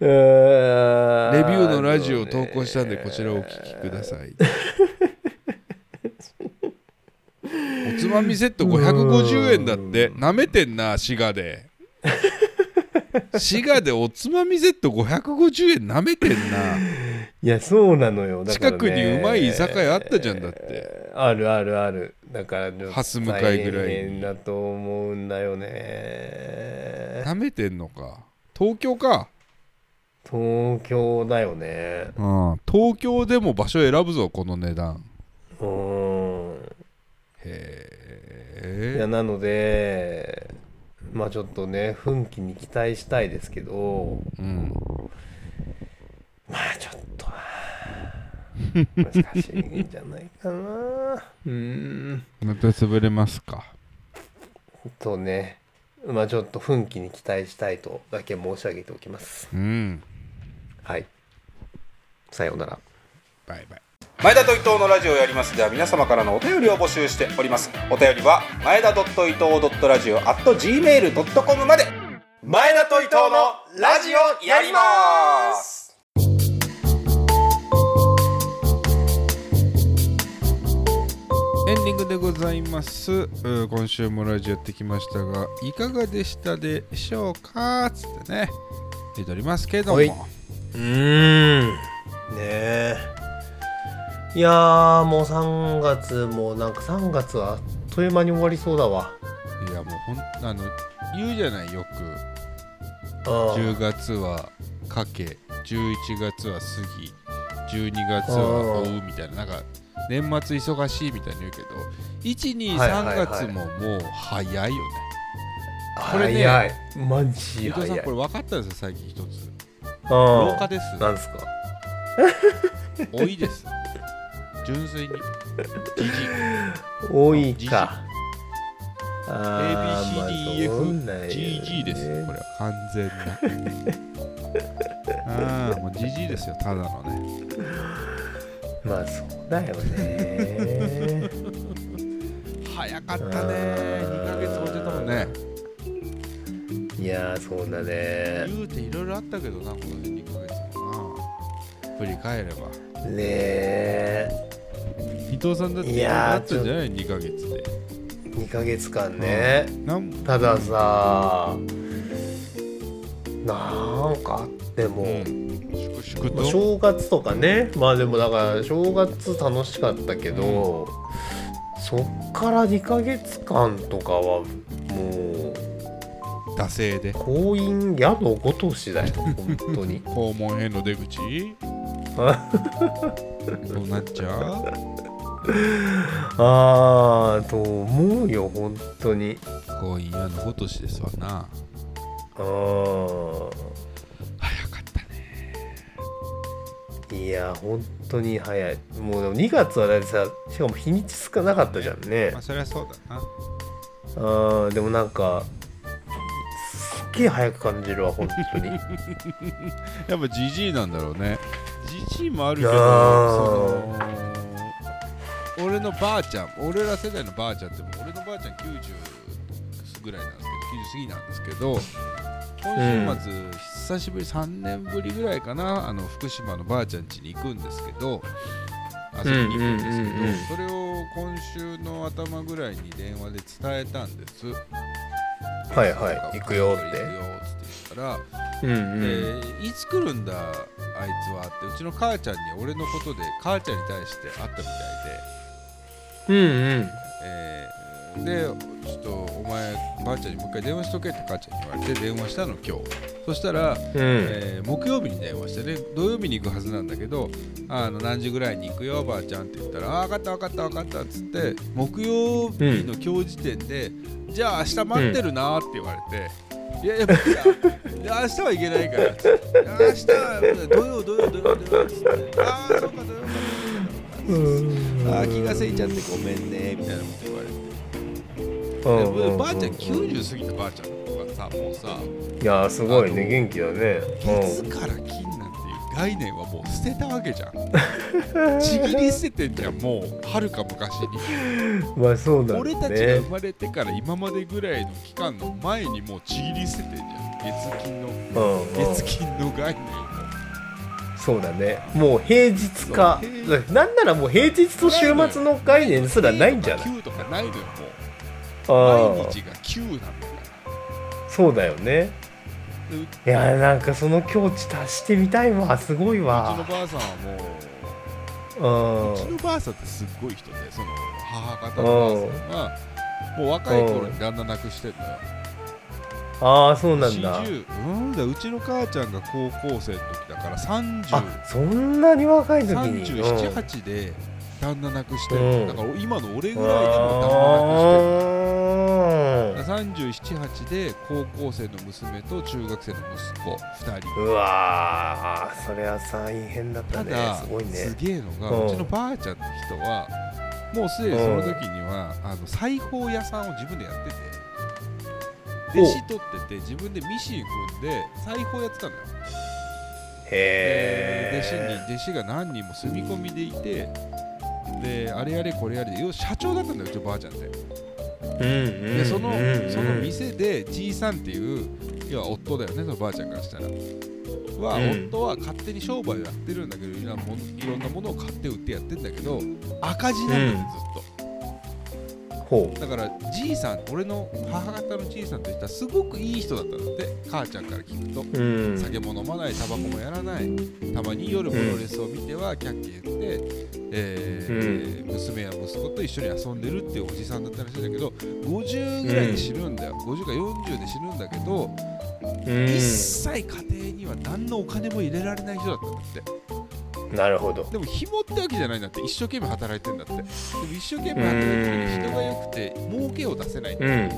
Speaker 2: ーん
Speaker 1: レビューのラジオを投稿したんでこちらをお聞きくださいおつまみセット550円だって
Speaker 2: う
Speaker 1: なめてんな滋賀で滋賀でおつまみセット550円なめてんな、
Speaker 2: いやそうなのよだから、
Speaker 1: 近
Speaker 2: ね、
Speaker 1: くにうまい居酒屋あったじゃんだって
Speaker 2: あるあるあるだからちょっと
Speaker 1: 蓮向かいぐらいに
Speaker 2: 大変だと思うんだよね
Speaker 1: なめてんのか東京か
Speaker 2: 東京だよね
Speaker 1: うん東京でも場所選ぶぞこの値段
Speaker 2: うーんいや
Speaker 1: へえ
Speaker 2: なのでまあちょっとね奮起に期待したいですけど
Speaker 1: うん
Speaker 2: まあちょっとは難しいんじゃないかなうーん
Speaker 1: また潰れますか
Speaker 2: とねまあちょっと奮起に期待したいとだけ申し上げておきます
Speaker 1: うん
Speaker 2: はいさようなら
Speaker 1: バイバイ
Speaker 3: 前田と伊藤のラジオをやりますでは皆様からのお便りを募集しておりますお便りは前田伊藤ラジオ at gmail.com まで前田と伊藤のラジオやります
Speaker 1: エンディングでございます。うー今週もラジオやってきましたが、いかがでしたでしょうかつってね、言っておりますけども。
Speaker 2: はいうんねえいやーもう3月もなんか3月はあっという間に終わりそうだわ
Speaker 1: いやもうほんあの言うじゃないよく
Speaker 2: うん
Speaker 1: 10月はかけ11月は過ぎ12月は追うみたいななんか年末忙しいみたいに言うけど
Speaker 2: はいはい
Speaker 1: 123
Speaker 2: はい
Speaker 1: 月ももう早いよね。これね
Speaker 2: 早いマジ
Speaker 1: 伊藤
Speaker 2: 早
Speaker 1: さん
Speaker 2: い
Speaker 1: これ分かったんですよ最近一つ。
Speaker 2: うん
Speaker 1: 老化です。
Speaker 2: なんですか
Speaker 1: 多いです。純 粋に。じじい
Speaker 2: 多いかあーまあそう
Speaker 1: ABCDEF、
Speaker 2: なんよね
Speaker 1: GG ですよ、これは完全な。ああ、もう GG ですよ、ただのね。
Speaker 2: まあそうだよね
Speaker 1: 早かったね、2ヶ月もってたもんね。
Speaker 2: いやーそうだね
Speaker 1: 言うていろいろあったけどな、この2ヶ月もな。振り返れば。
Speaker 2: ねえ
Speaker 1: 伊藤さんだって
Speaker 2: い
Speaker 1: いろいろ
Speaker 2: やー
Speaker 1: あったんじゃない ?2 ヶ月で。
Speaker 2: 2ヶ月間ね
Speaker 1: なん
Speaker 2: たださなんかあっても、
Speaker 1: うん、粛
Speaker 2: まあ
Speaker 1: 々と。
Speaker 2: 正月とかねまあでもだから正月楽しかったけど、そっから2ヶ月間とかはもう
Speaker 1: 惰性で。
Speaker 2: 婚姻矢のごとしだよ本 当に
Speaker 1: 肛門編の出口どうなっちゃう
Speaker 2: ああと思うよ本当に
Speaker 1: 婚姻屋のほとしですわな。
Speaker 2: ああ
Speaker 1: 早かったね。
Speaker 2: いや本当に早いもうでも2月はだってさしかも日にち少なかったじゃんね
Speaker 1: まあそりゃそうだな
Speaker 2: あーでもなんかすっげえ早く感じるわ本 当に
Speaker 1: やっぱジジイなんだろうねジジイもあるけど
Speaker 2: いやー
Speaker 1: その俺のばあちゃん俺ら世代のばあちゃんってもう俺のばあちゃん90ぐらいなんですけど90過ぎなんですけど今週末、久しぶり3年ぶりぐらいかなあの福島のばあちゃん家に行くんですけど遊びに行くんですけど、
Speaker 2: うんうんうんうん
Speaker 1: それを今週の頭ぐらいに電話で伝えたんです
Speaker 2: はいはい行くよっ
Speaker 1: 行くよっ
Speaker 2: て
Speaker 1: て言ったら
Speaker 2: うんうん
Speaker 1: でいつ来るんだあいつはってうちの母ちゃんに俺のことで母ちゃんに対して会ったみたいで、
Speaker 2: うん
Speaker 1: えーでちょっとお前ばあちゃんにもう一回電話しとけって母ちゃんに言われて電話したの今日そしたら、
Speaker 2: うんうん
Speaker 1: えー木曜日に電話してね土曜日に行くはずなんだけどあの何時ぐらいに行くよばあちゃんって言ったら「あ分かった分かった分かった」っつって木曜日の今日時点で、じゃあ明日待ってるなって言われて、いやいや、僕らいや明日はいけないから。つっていや明日は土曜、土曜、土曜、土曜っつって。ああ、そうか、土曜か、土曜か。ああ、気がせいちゃってごめんね、みたいなこと言われて。
Speaker 2: うんうん
Speaker 1: でばあちゃん、
Speaker 2: い
Speaker 1: 90過ぎたばあちゃんとかさ、もうさ、
Speaker 2: やーすごいね元気だね
Speaker 1: 月から金なんていう概念はもう捨てたわけじゃん。 ちぎり捨ててんじゃん、もう、はるか昔に。
Speaker 2: うんまあそうだね
Speaker 1: 俺たちが生まれてから今までぐらいの期間の前にもうちぎり捨ててんじゃん。月金の、
Speaker 2: うんうん
Speaker 1: 月金の概念を。
Speaker 2: そうだねもう平日か
Speaker 1: そう平
Speaker 2: なんならもう平日と週末の概念すらないんじゃない
Speaker 1: 9とかないのよ、
Speaker 2: あ
Speaker 1: もう。毎
Speaker 2: ー
Speaker 1: 日が9なんだか
Speaker 2: そうだよね
Speaker 1: ら。でう
Speaker 2: いやーなんかその境地達してみたいわすごいう
Speaker 1: ちの
Speaker 2: わ
Speaker 1: ばあさんはも
Speaker 2: うん
Speaker 1: う、うちのばあさんってすっごい人で、その母方のばあさんは、もう若い頃に旦那亡くしてんだよ。
Speaker 2: ああそうなんだ
Speaker 1: 40うんだ、うちの母ちゃんが高校生の時だから
Speaker 2: あ
Speaker 1: 30、
Speaker 2: そんなに若い時に
Speaker 1: 37、
Speaker 2: うん
Speaker 1: 8で旦那亡くして
Speaker 2: う
Speaker 1: る。
Speaker 2: ん
Speaker 1: だから今の俺ぐらいでも旦那亡くしてる。
Speaker 2: あー
Speaker 1: 37、8で高校生の娘と中学生の息子2人。
Speaker 2: うわーそれは大変だった
Speaker 1: た
Speaker 2: ね
Speaker 1: だ
Speaker 2: すごいね
Speaker 1: げえのが、
Speaker 2: う
Speaker 1: うんちのばあちゃんって人はもうすでにその時には、あの裁縫屋さんを自分でやってて
Speaker 2: お
Speaker 1: 弟子取ってて自分でミシン踏んで裁縫やってたのよ、で
Speaker 2: へえ
Speaker 1: 弟子に弟子が何人も住み込みでいてであれやれこれやれで要は社長だったんだようちのばあちゃんってでそのその店でじいさんっていう要は夫だよねそのばあちゃんからしたらは、
Speaker 2: うん
Speaker 1: 夫は勝手に商売をやってるんだけどいろんなものいろんなものを買って売ってやってんだけど赤字なんだよ、ね
Speaker 2: ほ
Speaker 1: ずっとだからじいさん俺の母方のじいさんといったらすごくいい人だったんだって母ちゃんから聞くと
Speaker 2: ううん
Speaker 1: 酒も飲まないタバコもやらないたまに夜プロレスを見てはキャッキャ言って、えー娘や息子と一緒に遊んでるっていうおじさんだったらしいんだけど50ぐらいで死ぬんだよ、50か40で死ぬんだけど、
Speaker 2: うん
Speaker 1: 一切家庭には何のお金も入れられない人だったんだって
Speaker 2: なるほど
Speaker 1: でも紐ってわけじゃないんだって一生懸命働いてんだってでも一生懸命働いてる時に人が良くて儲けを出せないんだ
Speaker 2: うん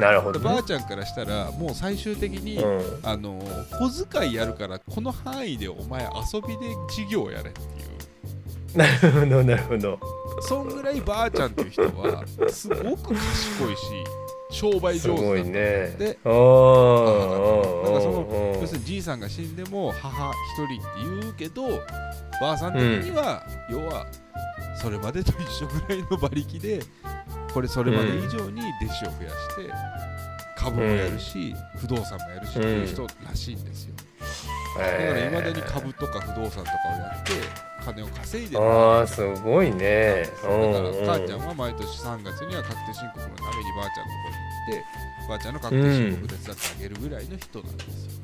Speaker 2: なるほ
Speaker 1: で
Speaker 2: ど
Speaker 1: ばあ
Speaker 2: ね
Speaker 1: ちゃんからしたらもう最終的に、
Speaker 2: うん
Speaker 1: あの小遣いやるからこの範囲でお前遊びで事業やれっていう
Speaker 2: なるほどなるほど
Speaker 1: そんぐらいばあちゃんっていう人はすごく賢いし商売
Speaker 2: す
Speaker 1: 上
Speaker 2: ご
Speaker 1: 手だ
Speaker 2: い
Speaker 1: った
Speaker 2: ね
Speaker 1: で
Speaker 2: あー
Speaker 1: 母がだからそ
Speaker 2: うん
Speaker 1: の
Speaker 2: うん
Speaker 1: 要するにじいさんが死んでも母一人って言うけどばあさん的には、要はそれまでと一緒ぐらいの馬力でこれそれまで以上に弟子を増やして株もやるし、不動産もやるしっていう人らしいんですよ、だからいまだに株とか不動産とかをやって金を稼いでる
Speaker 2: ああすごいね
Speaker 1: だ
Speaker 2: う
Speaker 1: か
Speaker 2: ん
Speaker 1: ら
Speaker 2: うん
Speaker 1: 母ちゃんは毎年3月には確定申告のためにばあちゃんのとこに行ってばあちゃんの確定申告手伝ってあげるぐらいの人なんですよ、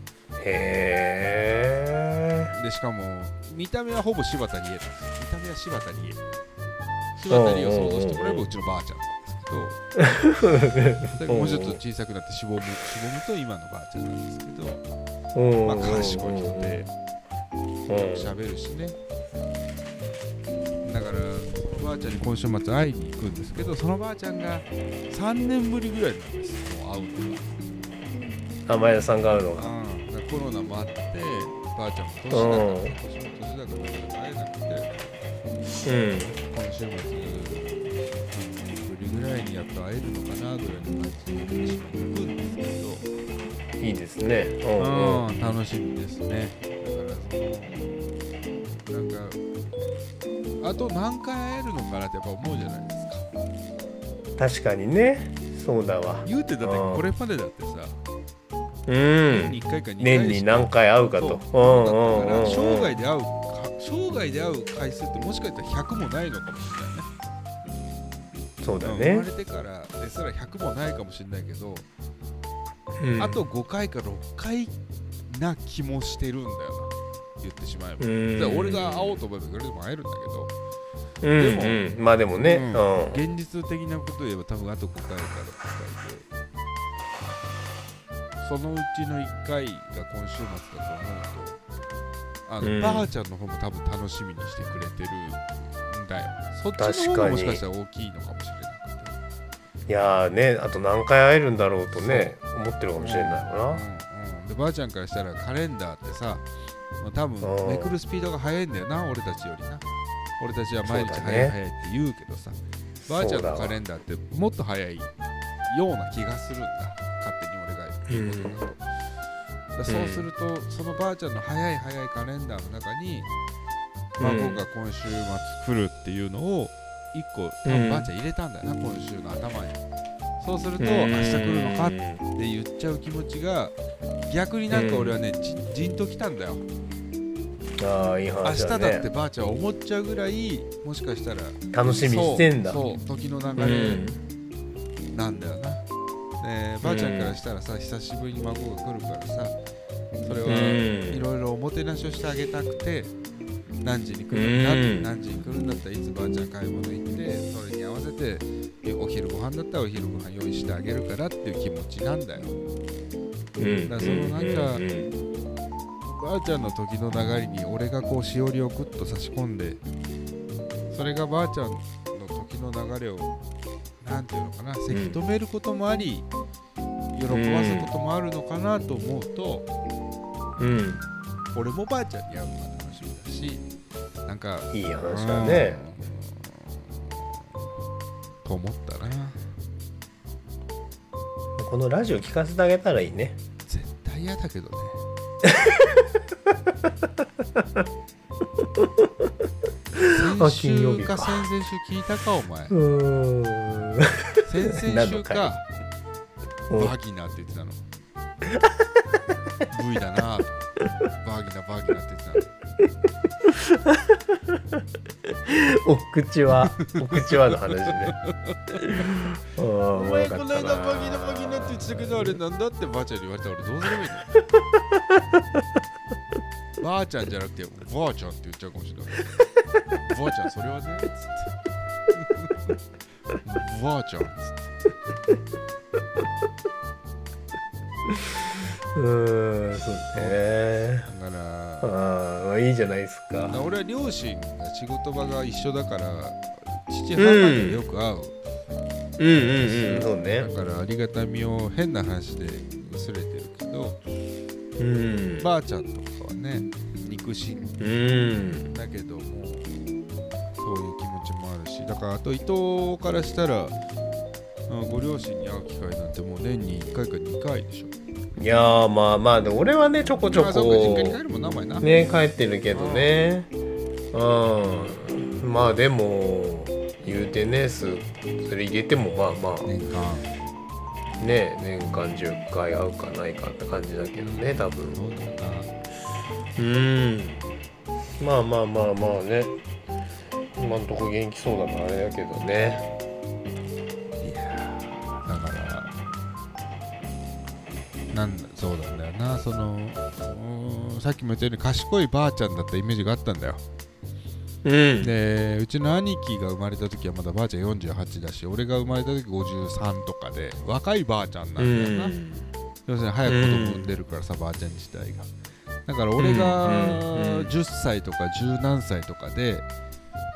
Speaker 2: へえ
Speaker 1: でしかも見た目はほぼ柴田理恵なんですよ見た目は柴田理恵柴田理恵を想像してもらえばうちのばあちゃんなんですけどだからもうちょっと小さくなってしぼむしぼむと今のばあちゃんなんですけど、まあ、賢い人で喋るしねだからばあちゃんに今週末会いに行くんですけどそのばあちゃんが3年ぶりぐらいなんですもう会うのが
Speaker 2: あ前田さんが会うのが
Speaker 1: うん、だからコロナもあってばあちゃんも年だから
Speaker 2: うん
Speaker 1: 年も年だから会えなくて
Speaker 2: うん
Speaker 1: 今週末3年ぶりぐらいにやっと会えるのかなぐらいの感じで私も行くんですけ
Speaker 2: いいですねう
Speaker 1: ど、
Speaker 2: んうん
Speaker 1: うん楽しみですねだからそのなんかあと何回会えるのかなってやっぱ思うじゃないですか
Speaker 2: 確かにねそうだわ
Speaker 1: 言うてだって
Speaker 2: うん
Speaker 1: これまでだってさ
Speaker 2: う
Speaker 1: 年に
Speaker 2: ん
Speaker 1: 1回か2回
Speaker 2: 年に何回会うかと
Speaker 1: そうだったか
Speaker 2: う
Speaker 1: ら
Speaker 2: んうんうん
Speaker 1: 生涯で会うか生涯で会う回数ってもしかしたら100もないのかもしれないね
Speaker 2: そうだ
Speaker 1: うん
Speaker 2: ね
Speaker 1: 生まれてからですら100もないかもしれないけど
Speaker 2: うん
Speaker 1: あと5回か6回な気もしてるんだよな言ってしまえば、
Speaker 2: うん
Speaker 1: だから俺が会おうと思えばいくらでも会えるんだけど
Speaker 2: うんうんまあでもね
Speaker 1: うん
Speaker 2: うん
Speaker 1: 現実的なことを言えば多分あと5回から6回でそのうちの1回が今週末だと思うとあの、
Speaker 2: うん
Speaker 1: ばあちゃんの方も多分楽しみにしてくれてるんだよそっちの方
Speaker 2: 確か
Speaker 1: が
Speaker 2: に
Speaker 1: もしかしたら大きいのかもしれなくて
Speaker 2: いやーねあと何回会えるんだろうとね思ってるかもしれない
Speaker 1: うん
Speaker 2: よ
Speaker 1: うんでばあちゃんからしたらカレンダーってさ、まあ、多
Speaker 2: う
Speaker 1: 分
Speaker 2: ん
Speaker 1: めくるスピードが速いんだよな俺たちよりな俺たちは毎日
Speaker 2: そうだ
Speaker 1: 速い
Speaker 2: ね
Speaker 1: 速いって言うけどさ、ばあちゃんのカレンダーってもっと速いような気がするんだ勝手に俺が言うことだと、だそうすると、そのばあちゃんの速い速いカレンダーの中に
Speaker 2: うん
Speaker 1: 孫が今週末来るっていうのを一個多
Speaker 2: う
Speaker 1: 分
Speaker 2: ん
Speaker 1: ばあちゃん入れたんだよな、今週の頭にそうすると
Speaker 2: な。
Speaker 1: 明日来るのかっ
Speaker 2: うん
Speaker 1: って言っちゃう気持ちが逆になんか俺はね、じじんときたんだよ
Speaker 2: ああいい
Speaker 1: 明
Speaker 2: 話
Speaker 1: 日だ
Speaker 2: だ
Speaker 1: っ
Speaker 2: ね。
Speaker 1: てばあちゃん思っちゃうぐらいもしかしたら
Speaker 2: 楽しみにしてんだ。
Speaker 1: そうそう時の
Speaker 2: う
Speaker 1: 流
Speaker 2: ん
Speaker 1: れなんだよな、でばあちゃんからしたらさ久しぶりに孫が来るからさそれ
Speaker 2: う
Speaker 1: は
Speaker 2: ん
Speaker 1: いろいろおもてなしをしてあげたくて何時に来るんだっ
Speaker 2: う
Speaker 1: て
Speaker 2: ん
Speaker 1: 何時に来るんだったらいつばあちゃん買い物行ってそれに合わせてお昼ご飯だったらお昼ご飯用意してあげるからっていう気持ちなんだよ
Speaker 2: うん
Speaker 1: だからそのなんか
Speaker 2: うんうん
Speaker 1: ばあちゃんの時の流れに俺がこうしおりをぐっと差し込んでそれがばあちゃんの時の流れをなんていうのかなせき止めることもあり、喜ばすこともあるのかなと思うと、
Speaker 2: うん
Speaker 1: 俺もばあちゃんに会うのが楽しみだしなんか
Speaker 2: いい話だね。
Speaker 1: うんと思ったな
Speaker 2: このラジオ聞かせてあげたらいいね。
Speaker 1: 絶対嫌だけどね先
Speaker 2: 金曜
Speaker 1: 週
Speaker 2: 日
Speaker 1: か
Speaker 2: か
Speaker 1: 先々週聞いたかお前
Speaker 2: うーん。
Speaker 1: 先々
Speaker 2: 何
Speaker 1: 週
Speaker 2: の
Speaker 1: か
Speaker 2: 回
Speaker 1: バギナーって言ってたの V だなぁバギナーバギナーって言って
Speaker 2: お口はお口はの話 ね。あ
Speaker 1: たの
Speaker 2: お
Speaker 1: お
Speaker 2: も
Speaker 1: 前こ
Speaker 2: ろか
Speaker 1: の
Speaker 2: っ
Speaker 1: 間
Speaker 2: た
Speaker 1: バギ
Speaker 2: な
Speaker 1: ナーバギナーって言ってたけどあれなんだってばあちゃんに言われたら俺どうすればいいのばあちゃんじゃなくてばあちゃんって言っちゃうかもしれないばあちゃんそれはねつってばあちゃんつって
Speaker 2: うーんそうね。
Speaker 1: だから
Speaker 2: ああいいじゃないですか。
Speaker 1: だ俺は両親が仕事場が一緒だから父母にはよく会う、
Speaker 2: うんうんうんそうね
Speaker 1: だ。からありがたみを変な話で薄れてるけど、
Speaker 2: うん。
Speaker 1: ばあちゃんとかはね肉親
Speaker 2: うん。
Speaker 1: だけどもそういう気持ちもあるしだからあと伊藤からしたらあご両親に会う機会なんてもう年に1回か2回でしょ
Speaker 2: いやーまあまあでも俺はねちょこちょ
Speaker 1: まあそうか実家に帰
Speaker 2: こ
Speaker 1: るもんなお前な、
Speaker 2: ね帰ってるけどね。うん。まあでも言うてねすそれ入れてもまあまあ。
Speaker 1: 年間
Speaker 2: ね年間10回会うかないかって感じだけどね多分
Speaker 1: どうだろうな
Speaker 2: うんまあまあまあまあね今んとこ元気そうだからあれだけどね
Speaker 1: いやーだからなんだそうなんだよなそのうーんさっきも言ったように賢いばあちゃんだったイメージがあったんだよ
Speaker 2: うん
Speaker 1: でうちの兄貴が生まれた時はまだばあちゃん48だし俺が生まれた時53とかで若いばあちゃんな
Speaker 2: うん
Speaker 1: だよな、
Speaker 2: ん
Speaker 1: 要するに早く子供産んでるからさ、ばあちゃん自体がだから俺が
Speaker 2: うんうん
Speaker 1: 10歳とか10何歳とかで、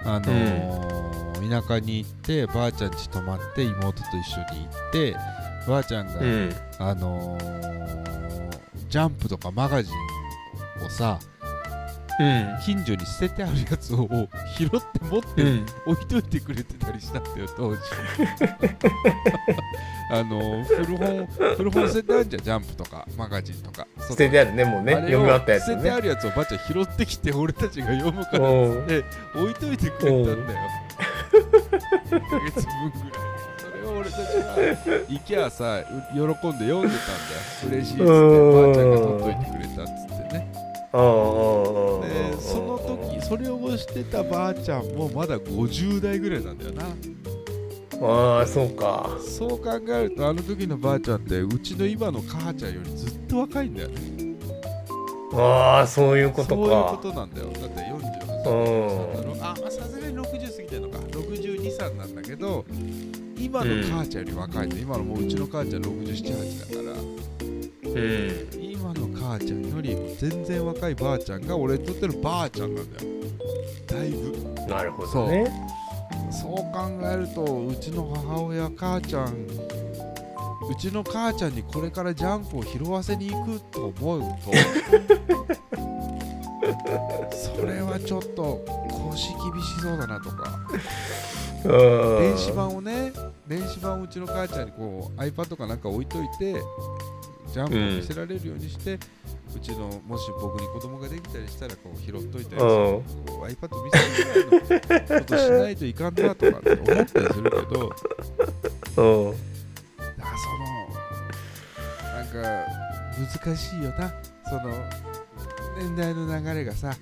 Speaker 1: あのー田舎に行ってばあちゃん家泊まって妹と一緒に行ってばあちゃんが、
Speaker 2: うん
Speaker 1: あのージャンプとかマガジンをさ
Speaker 2: うん
Speaker 1: 近所に捨ててあるやつを拾って持って
Speaker 2: うん
Speaker 1: 置いといてくれてたりしたんだよ当時 あの古本古本捨ててあるじゃんジャンプとかマガジンとか
Speaker 2: 捨ててあるねもうね
Speaker 1: あれ
Speaker 2: 読
Speaker 1: を
Speaker 2: み終わったやつ
Speaker 1: 捨ててあ
Speaker 2: ね
Speaker 1: るやつをばあちゃん拾ってきて俺たちが読むから
Speaker 2: うん
Speaker 1: で置いといてくれたんだよ1ヶ月分ぐらいそれを俺たちが行きゃさう喜んで読んでたんだよ嬉しいっつってばあちゃんが取っといてくれたっつってね
Speaker 2: うんうんうんうん
Speaker 1: でその時それをしてたばあちゃんもまだ50代ぐらいなんだよな
Speaker 2: ああそうか
Speaker 1: そう考えるとあの時のばあちゃんってうちの今の母ちゃんよりずっと若いんだよね
Speaker 2: ああそういうこと
Speaker 1: そういうこ
Speaker 2: か
Speaker 1: となんだよだって48
Speaker 2: う
Speaker 1: 歳
Speaker 2: ん
Speaker 1: あまあさすがに60過ぎてるのか62歳なんだけど今の母ちゃんより若いの、今のもううちの母ちゃん678だから
Speaker 2: うん
Speaker 1: 今の母ちゃんよりも全然若いばあちゃんが俺にとってのばあちゃんなんだよだいぶ
Speaker 2: なるほどね
Speaker 1: そう考えるとうちの母親母ちゃんうちの母ちゃんにこれからジャンプを拾わせに行くと思う とそれはちょっと腰厳しそうだなとか電
Speaker 2: 電
Speaker 1: 子版をね電子版をうちの母ちゃんにこう iPad かなんか置いといてジャンプを見せられるようにして、うちのもし僕に子供ができたりしたらこう拾っといたりする、
Speaker 2: うん
Speaker 1: こう iPad 見せるぐらいのことしないといかんなとかって思ったりするけど
Speaker 2: うん
Speaker 1: だからそのなんか難しいよなその年代の流れがさ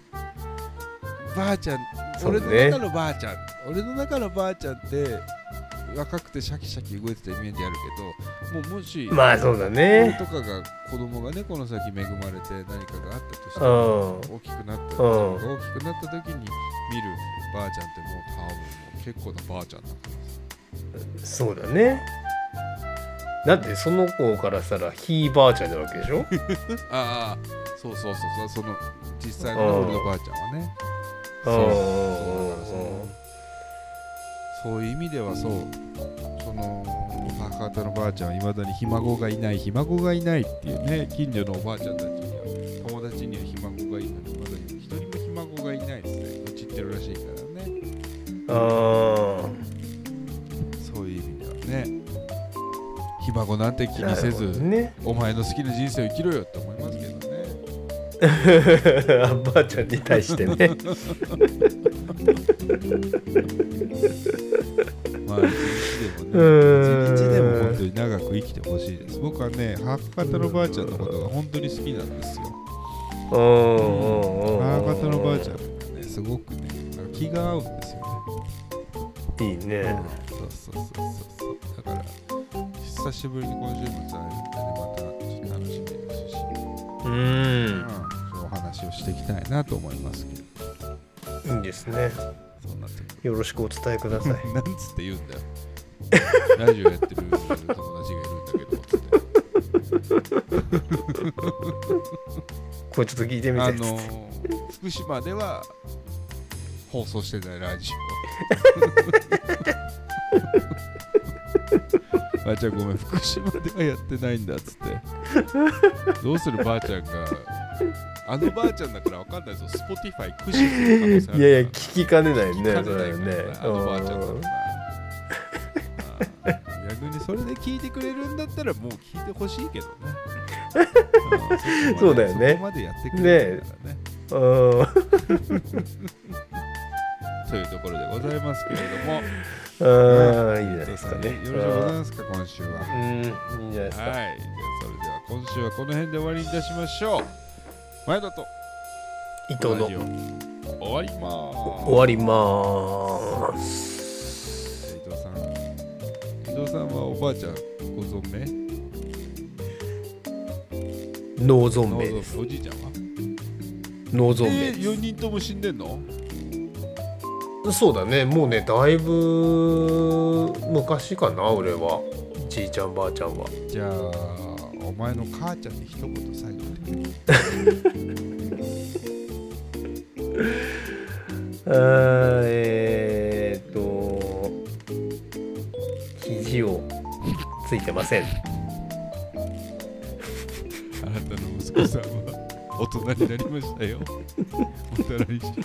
Speaker 1: ばあちゃん、
Speaker 2: そう
Speaker 1: 俺
Speaker 2: ね
Speaker 1: の中のばあちゃん俺の中のばあちゃんって若くてシャキシャキ動いてたイメージあるけどもうもし、
Speaker 2: まあそうだね
Speaker 1: 俺とかが子供がねこの先恵まれて何かがあったとして
Speaker 2: う
Speaker 1: も
Speaker 2: ん
Speaker 1: 大きくなった
Speaker 2: う
Speaker 1: 大きくなった
Speaker 2: ん
Speaker 1: 時に見るばあちゃんってもう多分もう結構なばあちゃんだから
Speaker 2: そうだねだってその子からしたらひいばあちゃんなわけでしょ
Speaker 1: ああそうそうそうそうその実際の
Speaker 2: うん
Speaker 1: 俺のばあちゃんはね
Speaker 2: うん
Speaker 1: そうだからそのそういう意味ではそうその母方のばあちゃんはいまだにひ孫がいないひ孫がいないっていうね近所のおばあちゃんたちには友達にはひ孫がいるのにまだに一人もひ孫がいないってうちってるらしいからね
Speaker 2: あ
Speaker 1: そういう意味ではねひ孫なんて気
Speaker 2: ー
Speaker 1: にせず、
Speaker 2: なるほど ね
Speaker 1: お前の好きな人生を生きろよって思いますけどね
Speaker 2: ばあちゃんに対してね
Speaker 1: まあ一日でもね
Speaker 2: うーん
Speaker 1: 一日でも本当に長く生きてほしいです僕はね母方のばあちゃんのことが本当に好きなんですよ
Speaker 2: うんうんうん
Speaker 1: 母方のばあちゃんがねすごくねなんか気が合うんですよね
Speaker 2: んいいね
Speaker 1: そうそうそうそうそうだから久しぶりに今週末会えるんでねまた楽しみですし、
Speaker 2: うん
Speaker 1: お話をしていきたいなと思いますけど
Speaker 2: いいですね
Speaker 1: そんな 時
Speaker 2: よろしくお伝えください
Speaker 1: なんつって言うんだよラジオやってる友達がいるんだけどつって
Speaker 2: これちょっと聞いて
Speaker 1: あ
Speaker 2: みて
Speaker 1: のー福島では放送してないラジ オばあちゃんごめん福島ではやってないんだっつってどうするばあちゃんがあのばあちゃんだからわかんないぞ Spotify 駆使する可能性あるから
Speaker 2: いやいや聞きかねないね
Speaker 1: 聞か
Speaker 2: それ
Speaker 1: れないから
Speaker 2: はね
Speaker 1: なあのばあちゃんだ
Speaker 2: う
Speaker 1: か
Speaker 2: ん
Speaker 1: らな逆にそれで聞いてくれるんだったらもう聞いてほしいけ どねうん
Speaker 2: そうだよね
Speaker 1: そこまでやってくれるんだからね
Speaker 2: うん
Speaker 1: というところでございますけれども、
Speaker 2: ああ、いいじゃない
Speaker 1: そう
Speaker 2: ですかね。
Speaker 1: よろしくお願いしますか、今週は。はい、
Speaker 2: うん、いいんじゃないで
Speaker 1: じ
Speaker 2: す
Speaker 1: ゃあそ
Speaker 2: か。
Speaker 1: れでは今週はこの辺で終わりにいたしましょう。前田と
Speaker 2: 伊藤の
Speaker 1: ラジオ終わりま
Speaker 2: 終わりまーす。
Speaker 1: す。伊藤さん、伊藤さんはおばあちゃんご存命？
Speaker 2: 脳ゾン
Speaker 1: あ
Speaker 2: ビです。
Speaker 1: そうおじいちゃんは？
Speaker 2: 脳ゾンビ
Speaker 1: え
Speaker 2: で
Speaker 1: 四人とも死んでんの？
Speaker 2: す。そうだね、もうね、だいぶ昔かな、俺は。じいちゃんばあちゃんは。
Speaker 1: じゃあお前の母ちゃんに一言最後に。
Speaker 2: あーえー、っと、肘をついてません。
Speaker 1: あなたの息子さんは大人になりましたよ。おたらにして。